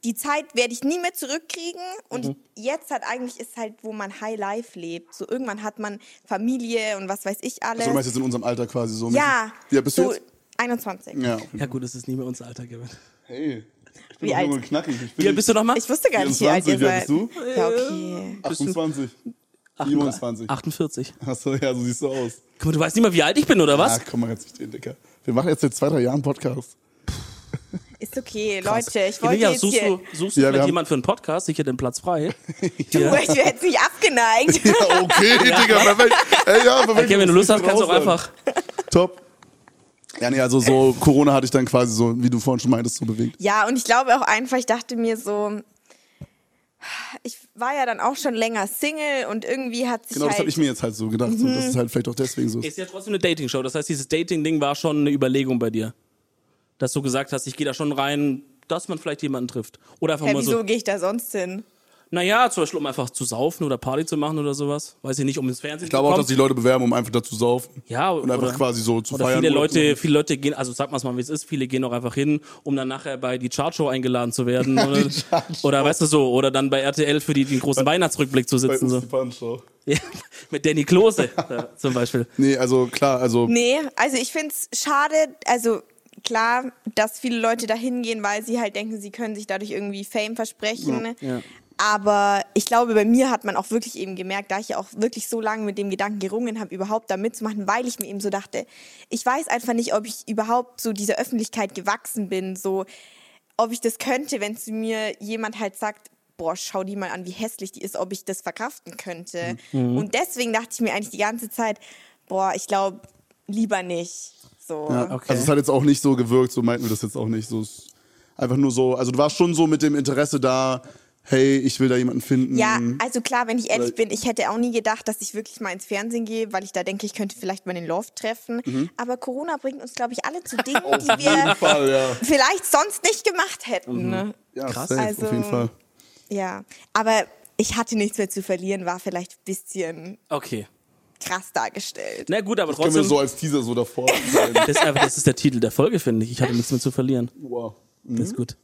Speaker 3: die Zeit werde ich nie mehr zurückkriegen. Und
Speaker 1: Mhm.
Speaker 3: jetzt hat eigentlich ist halt, wo man High Life lebt. So irgendwann hat man Familie und was weiß ich alles.
Speaker 1: also, du meinst jetzt in unserem Alter quasi so.
Speaker 3: ja,
Speaker 1: Ja, bist du
Speaker 3: so
Speaker 1: jetzt?
Speaker 3: 21.
Speaker 1: Ja.
Speaker 2: Ja gut, es ist nie mehr unser Alter gewesen.
Speaker 1: Hey. Ich bin
Speaker 3: Wie
Speaker 1: doch
Speaker 3: alt?
Speaker 1: jung und knackig. Ich bin
Speaker 2: Wie alt bist du nochmal?
Speaker 3: Ich wusste gar nicht, wie alt ihr
Speaker 1: 24, wie alt
Speaker 3: seid.
Speaker 1: bist du?
Speaker 3: Ja, okay.
Speaker 1: 28. 27.
Speaker 2: 48.
Speaker 1: Achso, ja, so siehst du aus.
Speaker 2: Guck mal, du weißt nicht mal, wie alt ich bin, oder was?
Speaker 1: Ach, komm mal jetzt nicht den Dicker. Wir machen jetzt seit zwei, drei Jahren Podcast.
Speaker 3: Ist okay, Leute. Ich wollte
Speaker 2: Ja,
Speaker 3: jetzt
Speaker 2: suchst
Speaker 3: hier...
Speaker 2: du, suchst
Speaker 1: Ja,
Speaker 2: du
Speaker 1: wir
Speaker 2: vielleicht
Speaker 1: haben-
Speaker 2: jemanden für einen Podcast? Ich hätte den Platz frei.
Speaker 3: Du, ich wäre jetzt nicht abgeneigt.
Speaker 1: Ja, okay, Digga, perfekt. Ey, ja, perfekt.
Speaker 2: Okay, wenn du Lust hast, kannst du auch einfach.
Speaker 1: Top. Ja, nee, also so Corona hatte ich dann quasi so, wie du vorhin schon meintest, so bewegt.
Speaker 3: Ja, und ich glaube auch einfach, ich dachte mir so, ich war ja dann auch schon länger Single und irgendwie hat sich
Speaker 1: Genau, das
Speaker 3: halt,
Speaker 1: habe ich mir jetzt halt so gedacht, so, dass es halt vielleicht auch deswegen so ist.
Speaker 2: Ist ja trotzdem eine Dating-Show. Das heißt, dieses Dating-Ding war schon eine Überlegung bei dir. Dass du gesagt hast, ich gehe da schon rein, dass man vielleicht jemanden trifft. Oder einfach
Speaker 3: ja,
Speaker 2: mal
Speaker 3: wieso
Speaker 2: so,
Speaker 3: gehe ich da sonst hin?
Speaker 2: naja, zum Beispiel um einfach zu saufen oder Party zu machen oder sowas. Weiß ich nicht, um ins Fernsehen
Speaker 1: Ich glaube auch,
Speaker 2: zu
Speaker 1: dass
Speaker 2: kommen.
Speaker 1: sich Leute bewerben, um einfach dazu saufen.
Speaker 2: ja,
Speaker 1: Und einfach
Speaker 2: oder-
Speaker 1: quasi so zu
Speaker 2: oder
Speaker 1: feiern.
Speaker 2: Viele
Speaker 1: oder
Speaker 2: Leute,
Speaker 1: so.
Speaker 2: viele Leute gehen, also sag mal's mal, wie es ist, viele gehen auch einfach hin, um dann nachher bei die Chartshow eingeladen zu werden. Oder, oder weißt du so, oder dann bei RTL für die, den großen Weihnachtsrückblick zu
Speaker 1: Bei
Speaker 2: sitzen.
Speaker 1: uns
Speaker 2: So.
Speaker 1: die Punch-Show.
Speaker 2: Ja, mit Danny Klose ja, zum Beispiel.
Speaker 1: Nee, also klar, also
Speaker 3: Nee, also ich finde es schade, also klar, dass viele Leute da hingehen, weil sie halt denken, sie können sich dadurch irgendwie Fame versprechen.
Speaker 2: Ja.
Speaker 3: Aber ich glaube, bei mir hat man auch wirklich eben gemerkt, da ich ja auch wirklich so lange mit dem Gedanken gerungen habe, überhaupt da mitzumachen, weil ich mir eben so dachte, ich weiß einfach nicht, ob ich überhaupt so dieser Öffentlichkeit gewachsen bin, so ob ich das könnte, wenn zu mir jemand halt sagt, boah, schau die mal an, wie hässlich die ist, ob ich das verkraften könnte. Und deswegen dachte ich mir eigentlich die ganze Zeit, boah, ich glaube, lieber nicht. So.
Speaker 1: Ja,
Speaker 2: Okay.
Speaker 1: Also es hat jetzt auch nicht so gewirkt, so meinten wir das jetzt auch nicht. So, es- einfach nur so, also du warst schon so mit dem Interesse da, hey, ich will da jemanden finden.
Speaker 3: Ja, also klar, wenn ich ehrlich
Speaker 1: Mhm. Weil-
Speaker 3: bin, ich hätte auch nie gedacht, dass ich wirklich mal ins Fernsehen gehe, weil ich da denke, ich könnte vielleicht mal den Love treffen. Aber Corona bringt uns, glaube ich, alle zu Dingen, die wir
Speaker 1: Mhm. Fall, ja.
Speaker 3: vielleicht sonst nicht gemacht hätten. ne?
Speaker 1: ja Krass.
Speaker 2: Krass.
Speaker 1: Safe,
Speaker 3: Also-
Speaker 1: auf jeden Fall.
Speaker 3: Ja, aber ich hatte nichts mehr zu verlieren, war vielleicht ein bisschen
Speaker 2: Okay.
Speaker 3: krass dargestellt.
Speaker 2: Na gut, aber
Speaker 1: Können wir
Speaker 2: trotzdem.
Speaker 1: so als Teaser so davor sein.
Speaker 2: Das ist, einfach, das ist der Titel der Folge, finde ich. Ich hatte nichts mehr zu verlieren.
Speaker 1: wow.
Speaker 2: Das ist gut.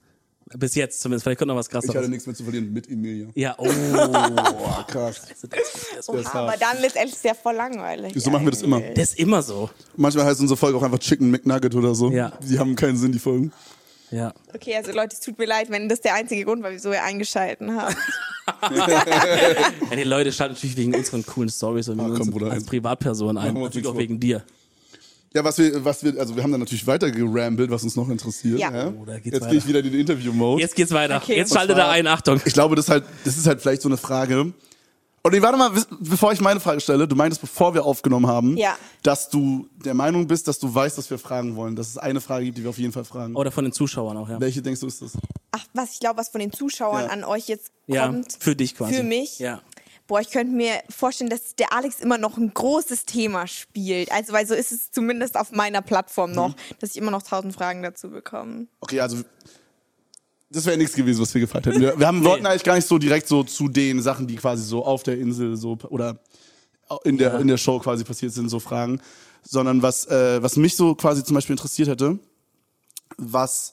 Speaker 2: Bis jetzt zumindest. Vielleicht kommt noch was
Speaker 1: Ich hatte
Speaker 2: krasseres.
Speaker 1: nichts mehr zu verlieren mit Emilia.
Speaker 2: Ja, oh.
Speaker 1: Boah, krass.
Speaker 3: Oha,
Speaker 1: ist
Speaker 3: aber
Speaker 1: hart.
Speaker 3: dann letztendlich sehr voll langweilig.
Speaker 1: So machen wir das immer.
Speaker 2: Das ist immer so.
Speaker 1: Manchmal heißt unsere Folge auch einfach Chicken McNugget oder so.
Speaker 2: Ja.
Speaker 1: Die haben keinen Sinn, die Folgen.
Speaker 2: Ja.
Speaker 3: Okay, also Leute, es tut mir leid, wenn das der einzige Grund war, wieso ihr eingeschalten habt.
Speaker 2: ja. Die Leute schalten natürlich wegen unseren coolen Stories und
Speaker 1: Ah,
Speaker 2: wegen
Speaker 1: komm,
Speaker 2: uns
Speaker 1: Bruder,
Speaker 2: als
Speaker 1: ein.
Speaker 2: Privatperson ein.
Speaker 1: Machen wir uns
Speaker 2: Natürlich
Speaker 1: nichts
Speaker 2: auch
Speaker 1: vor.
Speaker 2: wegen dir.
Speaker 1: Ja, was wir, was wir, also wir haben dann natürlich weiter gerambelt, was uns noch interessiert.
Speaker 3: Ja.
Speaker 1: Ja.
Speaker 2: Oh, da geht's
Speaker 1: Jetzt
Speaker 2: weiter.
Speaker 1: gehe ich wieder in den Interview-Mode.
Speaker 2: Jetzt geht's weiter.
Speaker 3: Okay.
Speaker 2: Jetzt
Speaker 3: Und
Speaker 2: schaltet da
Speaker 1: zwar-
Speaker 2: ein. Achtung.
Speaker 1: Ich glaube, das ist halt, das ist halt vielleicht so eine Frage. Und nee, warte mal, bis- bevor ich meine Frage stelle, du meintest, bevor wir aufgenommen haben,
Speaker 3: Ja.
Speaker 1: dass du der Meinung bist, dass du weißt, was wir fragen wollen. Dass es eine Frage gibt, die wir auf jeden Fall fragen.
Speaker 2: Oder von den Zuschauern auch, ja.
Speaker 1: Welche denkst du ist das?
Speaker 3: Ach, was ich glaube, was von den Zuschauern
Speaker 1: Ja.
Speaker 3: an euch jetzt
Speaker 2: Ja,
Speaker 3: kommt.
Speaker 2: für dich quasi.
Speaker 3: Für mich.
Speaker 2: Ja.
Speaker 3: Boah, ich könnte mir vorstellen, dass der Alex immer noch ein großes Thema spielt. Also, weil so ist es zumindest auf meiner Plattform
Speaker 1: Mhm.
Speaker 3: noch, dass ich immer noch tausend Fragen dazu bekomme.
Speaker 1: Okay, also das wäre nichts gewesen, was wir gefragt hätten. Wir, wir haben, wollten eigentlich gar nicht so direkt so zu den Sachen, die quasi so auf der Insel so oder in der,
Speaker 2: Ja.
Speaker 1: in der Show quasi passiert sind, so Fragen, sondern was, äh, was mich so quasi zum Beispiel interessiert hätte, was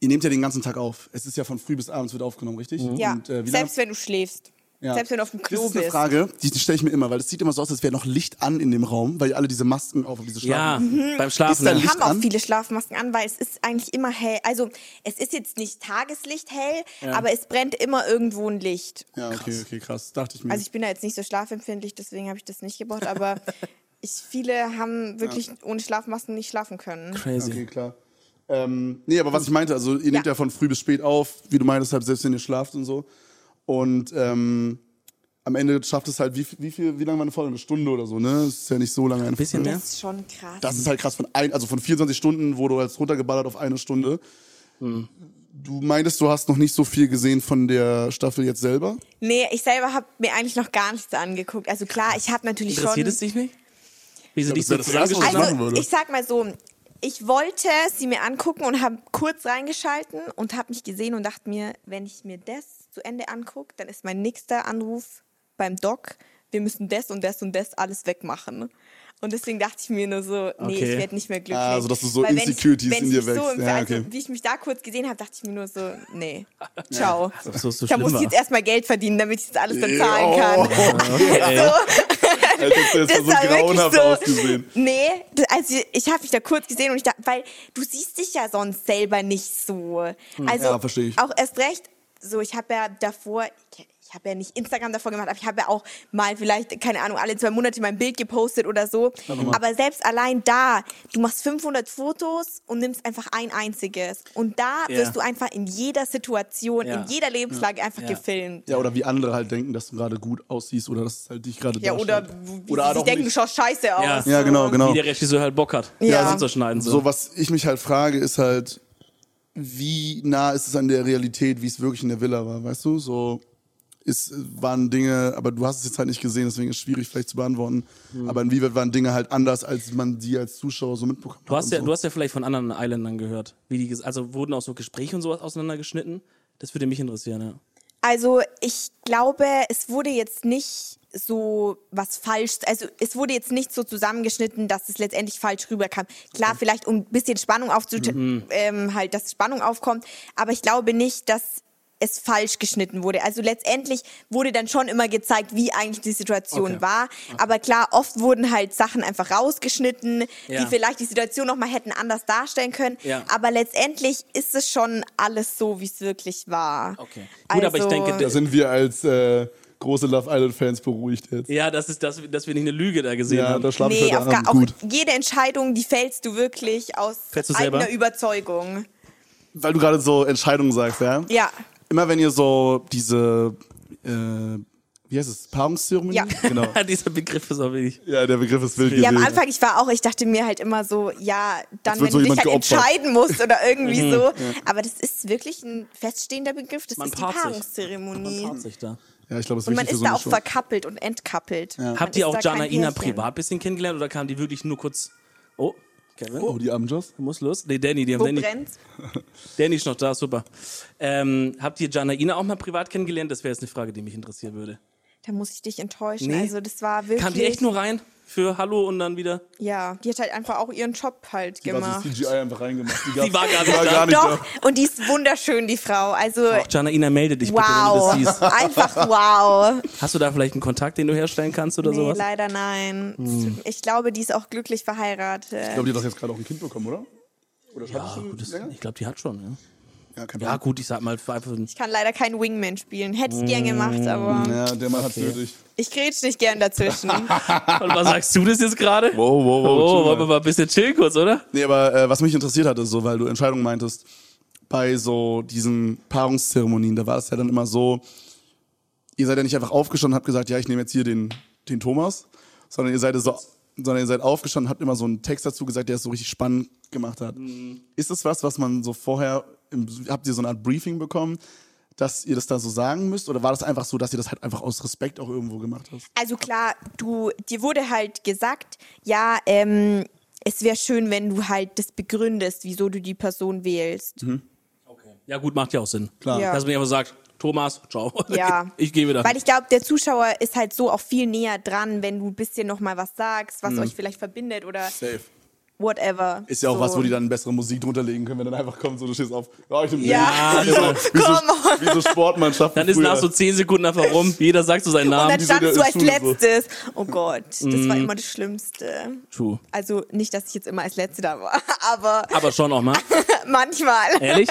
Speaker 1: ihr nehmt ja den ganzen Tag auf. Es ist ja von früh bis abends wird aufgenommen, richtig?
Speaker 2: Mhm.
Speaker 3: Ja,
Speaker 1: Und, äh, wie lange-
Speaker 3: selbst wenn du schläfst.
Speaker 1: ja.
Speaker 3: Selbst wenn du auf dem Klo
Speaker 1: Das ist eine
Speaker 3: bist.
Speaker 1: Frage, die, die stelle ich mir immer, weil es sieht immer so aus, als wäre noch Licht an in dem Raum, weil alle diese Masken auf und diese
Speaker 2: Ja, mhm.
Speaker 1: Schlafen.
Speaker 3: Mhm.
Speaker 2: beim Schlafen.
Speaker 1: Ist da
Speaker 2: ja.
Speaker 1: Licht
Speaker 3: haben auch
Speaker 1: an?
Speaker 3: viele Schlafmasken an, weil es ist eigentlich immer hell. Also es ist jetzt nicht Tageslicht hell, aber es brennt immer irgendwo ein Licht.
Speaker 1: Ja, okay, okay, krass. Dachte ich mir.
Speaker 3: Also ich bin da jetzt nicht so schlafempfindlich, deswegen habe ich das nicht gebraucht, aber ich, viele haben wirklich ohne Schlafmasken nicht schlafen können.
Speaker 2: Crazy.
Speaker 1: Okay, klar. Ähm, nee, aber was ich meinte, also ihr nehmt ja von früh bis spät auf, wie du meintest, halt, selbst wenn ihr schlaft und so. Und ähm, am Ende schafft es halt, wie, viel- wie viel, wie lange war eine Folge? Eine Stunde oder so, ne? Ist ja nicht so lange eine
Speaker 2: bisschen
Speaker 1: Folge.
Speaker 2: mehr.
Speaker 3: Das ist schon krass.
Speaker 1: Das ist halt krass, von, ein, also von 24 Stunden wurde jetzt runtergeballert auf eine Stunde. Du meintest, du hast noch nicht so viel gesehen von der Staffel jetzt selber?
Speaker 3: nee, ich selber habe mir eigentlich noch gar nichts angeguckt. Also klar, ich habe natürlich schon...
Speaker 2: Interessiert es dich nicht? Wieso dich
Speaker 1: das wäre
Speaker 2: so
Speaker 1: das Erste, was ich
Speaker 2: zusammengeschnitten?
Speaker 1: machen
Speaker 3: Also,
Speaker 1: würde.
Speaker 3: ich sag mal so, ich wollte sie mir angucken und habe kurz reingeschalten und habe mich gesehen und dachte mir, wenn ich mir das zu Ende angucke, dann ist mein nächster Anruf beim Doc, wir müssen das und das und das alles wegmachen. Und deswegen dachte ich mir nur so, nee,
Speaker 2: Okay.
Speaker 3: ich werde nicht mehr glücklich.
Speaker 1: Ah, also, dass du so
Speaker 3: wenn ich-
Speaker 1: Insecurities
Speaker 3: wenn
Speaker 1: in
Speaker 3: ich
Speaker 1: dir
Speaker 3: mich so
Speaker 1: wächst.
Speaker 3: im-
Speaker 1: Ja,
Speaker 3: also,
Speaker 1: okay.
Speaker 3: Wie ich mich da kurz gesehen habe, dachte ich mir nur so, nee, ciao.
Speaker 2: Als ob es so- so
Speaker 3: da
Speaker 2: schlimm
Speaker 3: muss ich
Speaker 2: war.
Speaker 3: jetzt erstmal Geld verdienen, damit ich das alles dann
Speaker 1: Ja,
Speaker 3: zahlen
Speaker 1: oh,
Speaker 3: kann.
Speaker 2: Okay.
Speaker 1: Als hättest du jetzt mal so
Speaker 3: war wirklich
Speaker 1: grauenhaft
Speaker 3: so-
Speaker 1: ausgesehen.
Speaker 3: Nee, das- also ich habe mich da kurz gesehen und ich dachte, weil du siehst dich ja sonst selber nicht so. Also
Speaker 1: Hm, ja, versteh ich.
Speaker 3: auch erst recht, so ich habe ja davor, ich habe ja nicht Instagram davor gemacht, aber ich habe ja auch mal vielleicht, keine Ahnung, alle zwei Monate mein Bild gepostet oder so.
Speaker 1: mal.
Speaker 3: Aber selbst allein da, du machst 500 Fotos und nimmst einfach ein einziges. Und da
Speaker 2: Ja.
Speaker 3: wirst du einfach in jeder Situation,
Speaker 2: Ja.
Speaker 3: in jeder Lebenslage einfach
Speaker 2: Ja.
Speaker 3: gefilmt.
Speaker 1: Ja, oder wie andere halt denken, dass du gerade gut aussiehst oder dass es halt dich gerade
Speaker 3: Ja, oder
Speaker 1: darstellt.
Speaker 3: wie sie sich
Speaker 1: auch
Speaker 3: denken,
Speaker 1: nicht.
Speaker 3: du schaust scheiße aus.
Speaker 2: Ja.
Speaker 1: Ja, genau, genau.
Speaker 2: Wie der Regisseur halt Bock hat.
Speaker 3: Ja.
Speaker 2: Das anzuschneiden. So.
Speaker 1: So, was ich mich halt frage, ist halt, wie nah ist es an der Realität, wie es wirklich in der Villa war, weißt du? So, es waren Dinge, aber du hast es jetzt halt nicht gesehen, deswegen ist es schwierig vielleicht zu beantworten.
Speaker 3: Hm.
Speaker 1: Aber inwieweit waren Dinge halt anders, als man die als Zuschauer so mitbekommen
Speaker 2: Du hast,
Speaker 1: hat?
Speaker 2: ja,
Speaker 1: und
Speaker 2: du
Speaker 1: so.
Speaker 2: hast ja vielleicht von anderen Islandern gehört. Wie die, ges- also wurden auch so Gespräche und sowas auseinandergeschnitten? Das würde mich interessieren, ja.
Speaker 3: Also ich glaube, es wurde jetzt nicht so was falsch, also es wurde jetzt nicht so zusammengeschnitten, dass es letztendlich falsch rüberkam. Klar, vielleicht um ein bisschen Spannung
Speaker 2: Mhm.
Speaker 3: aufzutreten, ähm, halt, dass Spannung aufkommt, aber ich glaube nicht, dass es falsch geschnitten wurde. Also letztendlich wurde dann schon immer gezeigt, wie eigentlich die Situation
Speaker 2: Okay.
Speaker 3: war. Aber klar, oft wurden halt Sachen einfach rausgeschnitten,
Speaker 2: Ja.
Speaker 3: die vielleicht die Situation nochmal hätten anders darstellen können.
Speaker 2: Ja.
Speaker 3: Aber letztendlich ist es schon alles so, wie es wirklich war.
Speaker 2: Okay. Gut, aber ich
Speaker 3: Also,
Speaker 2: denke,
Speaker 1: da sind wir als äh, große Love Island-Fans beruhigt jetzt.
Speaker 2: Ja, das ist, dass, dass wir nicht eine Lüge da gesehen
Speaker 1: Ja,
Speaker 2: haben.
Speaker 1: da schlafe ich
Speaker 3: nee,
Speaker 1: heute
Speaker 3: auf gar,
Speaker 1: Abend
Speaker 3: auch
Speaker 1: gut.
Speaker 3: jede Entscheidung, die fällst du wirklich aus
Speaker 2: Fällst du selber?
Speaker 3: eigener Überzeugung.
Speaker 1: Weil du gerade so Entscheidungen sagst, ja?
Speaker 3: Ja.
Speaker 1: Immer wenn ihr so diese, äh, wie heißt es, Paarungszeremonie?
Speaker 3: Ja.
Speaker 1: Genau.
Speaker 2: Dieser Begriff ist auch wenig.
Speaker 1: Ja, der Begriff ist wild gewesen.
Speaker 3: Ja, am Anfang, ich war auch, ich dachte mir halt immer so, ja, dann,
Speaker 1: wird
Speaker 3: wenn
Speaker 1: so
Speaker 3: du dich
Speaker 1: jemand
Speaker 3: halt
Speaker 1: geopfert.
Speaker 3: entscheiden musst oder irgendwie so. Aber das ist wirklich ein feststehender Begriff, das
Speaker 2: Mhm, Man
Speaker 3: ist die
Speaker 2: paart sich. Man
Speaker 3: Paarungszeremonie.
Speaker 2: traut sich da.
Speaker 1: Ja, ich glaube, es ist
Speaker 3: Und man
Speaker 1: wichtig für
Speaker 3: ist
Speaker 1: so
Speaker 3: da
Speaker 1: eine
Speaker 3: auch
Speaker 1: Show.
Speaker 3: verkappelt und entkappelt. Man
Speaker 2: Habt
Speaker 3: ist
Speaker 2: ihr auch
Speaker 3: da
Speaker 2: Jana
Speaker 3: kein
Speaker 2: Ina
Speaker 3: Pärchen.
Speaker 2: privat ein bisschen kennengelernt oder kam die wirklich nur kurz. Oh, Kevin.
Speaker 1: Oh, die Amjas?
Speaker 2: Muss los. Nee, Danny, die haben
Speaker 3: Wo
Speaker 2: Danny.
Speaker 3: brennt's?
Speaker 2: Danny ist noch da, super. Ähm, habt ihr Jana Ina auch mal privat kennengelernt? Das wäre jetzt eine Frage, die mich interessieren würde.
Speaker 3: Da muss ich dich enttäuschen.
Speaker 2: Nee.
Speaker 3: Also das war wirklich.
Speaker 2: Kam die echt nur rein für Hallo und dann wieder?
Speaker 3: ja, die hat halt einfach auch ihren Job halt
Speaker 1: Die
Speaker 3: gemacht.
Speaker 1: hat so CGI einfach reingemacht. Die,
Speaker 2: Die war gar nicht da.
Speaker 3: Doch, und die ist wunderschön, die Frau. Also
Speaker 2: Auch Jana Ina, melde dich
Speaker 3: wow.
Speaker 2: bitte, wenn du das siehst.
Speaker 3: Einfach wow.
Speaker 2: Hast du da vielleicht einen Kontakt, den du herstellen kannst oder
Speaker 3: Nee,
Speaker 2: sowas? Hm.
Speaker 3: leider nein. Ich glaube, die ist auch glücklich verheiratet.
Speaker 1: Ich glaube, die hat doch jetzt gerade auch ein Kind bekommen, oder? Oder
Speaker 2: Ja, gut, das, ich glaube, die hat schon. Ja.
Speaker 1: Ja, kein
Speaker 2: ja, gut, ich sag mal für einfach.
Speaker 3: Ich kann leider keinen Wingman spielen. Hätte ich gern gemacht,
Speaker 2: Hm,
Speaker 3: aber
Speaker 2: ne.
Speaker 1: Ja, der Mann hat's nötig.
Speaker 3: ich grätsch nicht gern dazwischen.
Speaker 2: Und was sagst du das jetzt gerade?
Speaker 1: Wow, wow, wow,
Speaker 2: Oh,
Speaker 1: chill
Speaker 2: wollen
Speaker 1: mal.
Speaker 2: wir mal ein bisschen chillen kurz, oder?
Speaker 1: Nee, aber äh, was mich interessiert hat, ist so, weil du Entscheidungen meintest, bei so diesen Paarungszeremonien, da war es ja dann immer so, ihr seid ja nicht einfach aufgestanden und habt gesagt, ja, ich nehme jetzt hier den, den Thomas, sondern ihr seid so, sondern ihr seid aufgestanden und habt immer so einen Text dazu gesagt, der es so richtig spannend gemacht hat. Ist das was, was man so vorher, im, habt ihr so eine Art Briefing bekommen, dass ihr das da so sagen müsst? Oder war das einfach so, dass ihr das halt einfach aus Respekt auch irgendwo gemacht habt?
Speaker 3: Also klar, du, dir wurde halt gesagt, ja, ähm, es wäre schön, wenn du halt das begründest, wieso du die Person wählst.
Speaker 2: Mhm. Ja, gut, macht ja auch Sinn.
Speaker 1: Klar.
Speaker 3: Ja.
Speaker 2: Dass man einfach sagt, Thomas, ciao.
Speaker 3: Ja.
Speaker 2: Ich gehe wieder.
Speaker 3: Weil ich glaube, der Zuschauer ist halt so auch viel näher dran, wenn du ein bisschen nochmal was sagst,
Speaker 2: Mhm.
Speaker 3: was euch vielleicht verbindet oder
Speaker 1: Safe.
Speaker 3: whatever.
Speaker 1: Ist ja auch
Speaker 3: so.
Speaker 1: was, wo die dann bessere Musik drunter legen können, wenn dann einfach kommt, so du stehst auf. Ja, ich nehm den.
Speaker 3: Ja.
Speaker 1: Wie so, wie
Speaker 3: Come on.
Speaker 1: so, wie so Sportmannschaften.
Speaker 2: Dann ist
Speaker 1: früher.
Speaker 2: nach so 10 Sekunden einfach rum, jeder sagt so seinen
Speaker 3: Und
Speaker 2: Namen.
Speaker 3: dann
Speaker 1: die sind
Speaker 3: standst du
Speaker 1: ja
Speaker 3: als
Speaker 1: in der Schule so. Mhm.
Speaker 3: letztes. Oh Gott, das war immer das Schlimmste.
Speaker 2: True.
Speaker 3: Also nicht, dass ich jetzt immer als letzte da war, aber
Speaker 2: Aber schon auch mal.
Speaker 3: manchmal.
Speaker 2: Ehrlich?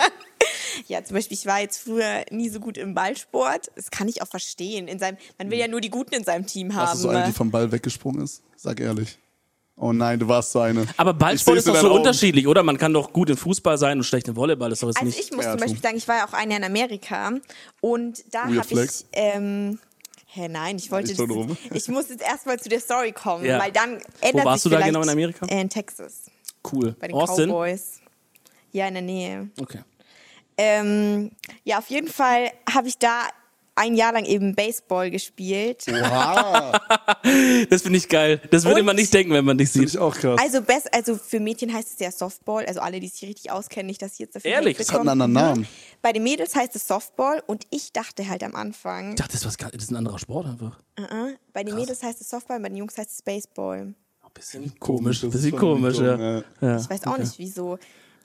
Speaker 3: Ja, zum Beispiel, ich war jetzt früher nie so gut im Ballsport. Das kann ich auch verstehen. In seinem, man
Speaker 1: Mhm.
Speaker 3: will ja nur die Guten in seinem Team
Speaker 1: Hast
Speaker 3: haben.
Speaker 1: du
Speaker 3: ne?
Speaker 1: so eine, die vom Ball weggesprungen ist? Sag ehrlich. Oh nein, du warst so eine.
Speaker 2: Aber Ballsport
Speaker 1: Ich seh's
Speaker 2: ist doch
Speaker 1: in
Speaker 2: so
Speaker 1: deinen Augen.
Speaker 2: unterschiedlich, oder? Man kann doch gut im Fußball sein und schlecht im Volleyball, ist doch jetzt
Speaker 3: also
Speaker 2: nicht.
Speaker 3: ich muss
Speaker 1: Ja,
Speaker 3: zum
Speaker 1: true.
Speaker 3: Beispiel sagen, ich war ja auch ein Jahr in Amerika und da
Speaker 1: Weird
Speaker 3: habe ich.
Speaker 1: flex.
Speaker 3: Ähm, hä, nein, ich wollte
Speaker 1: Ich
Speaker 3: das
Speaker 1: schon rum.
Speaker 3: jetzt, Ich muss jetzt erstmal zu der Story kommen,
Speaker 2: Ja.
Speaker 3: weil dann ändert
Speaker 2: warst
Speaker 3: sich
Speaker 2: du da
Speaker 3: vielleicht-
Speaker 2: genau in Amerika?
Speaker 3: Äh, in Texas,
Speaker 2: Cool.
Speaker 3: bei den
Speaker 2: Austin?
Speaker 3: Cowboys. Ja, in der Nähe.
Speaker 2: Okay.
Speaker 3: Ähm, ja, auf jeden Fall habe ich da ein Jahr lang eben Baseball gespielt.
Speaker 1: Oha,
Speaker 2: Das finde ich geil. Das würde
Speaker 3: Und-
Speaker 2: man nicht denken, wenn man dich
Speaker 1: finde
Speaker 2: sieht.
Speaker 1: ich auch krass.
Speaker 3: Also, best, also für Mädchen heißt es ja Softball. Also alle, die sich richtig auskennen, nicht, dass sie jetzt dafür
Speaker 2: Ehrlich?
Speaker 3: Hate
Speaker 1: Das hat einen
Speaker 3: bekommen.
Speaker 1: anderen Namen.
Speaker 3: Bei den Mädels heißt es Softball und ich dachte halt am Anfang,
Speaker 2: Ich dachte, das ist, was, ganz- das ist ein anderer Sport einfach.
Speaker 3: äh, bei den Mädels heißt es Softball, bei den Jungs heißt es Baseball.
Speaker 2: Ein bisschen
Speaker 1: komisch, das ist
Speaker 2: Hm. Bisschen
Speaker 1: schon ne?
Speaker 2: komisch,
Speaker 1: dumm,
Speaker 2: ja.
Speaker 1: ja.
Speaker 2: ja.
Speaker 3: Ich weiß auch nicht wieso.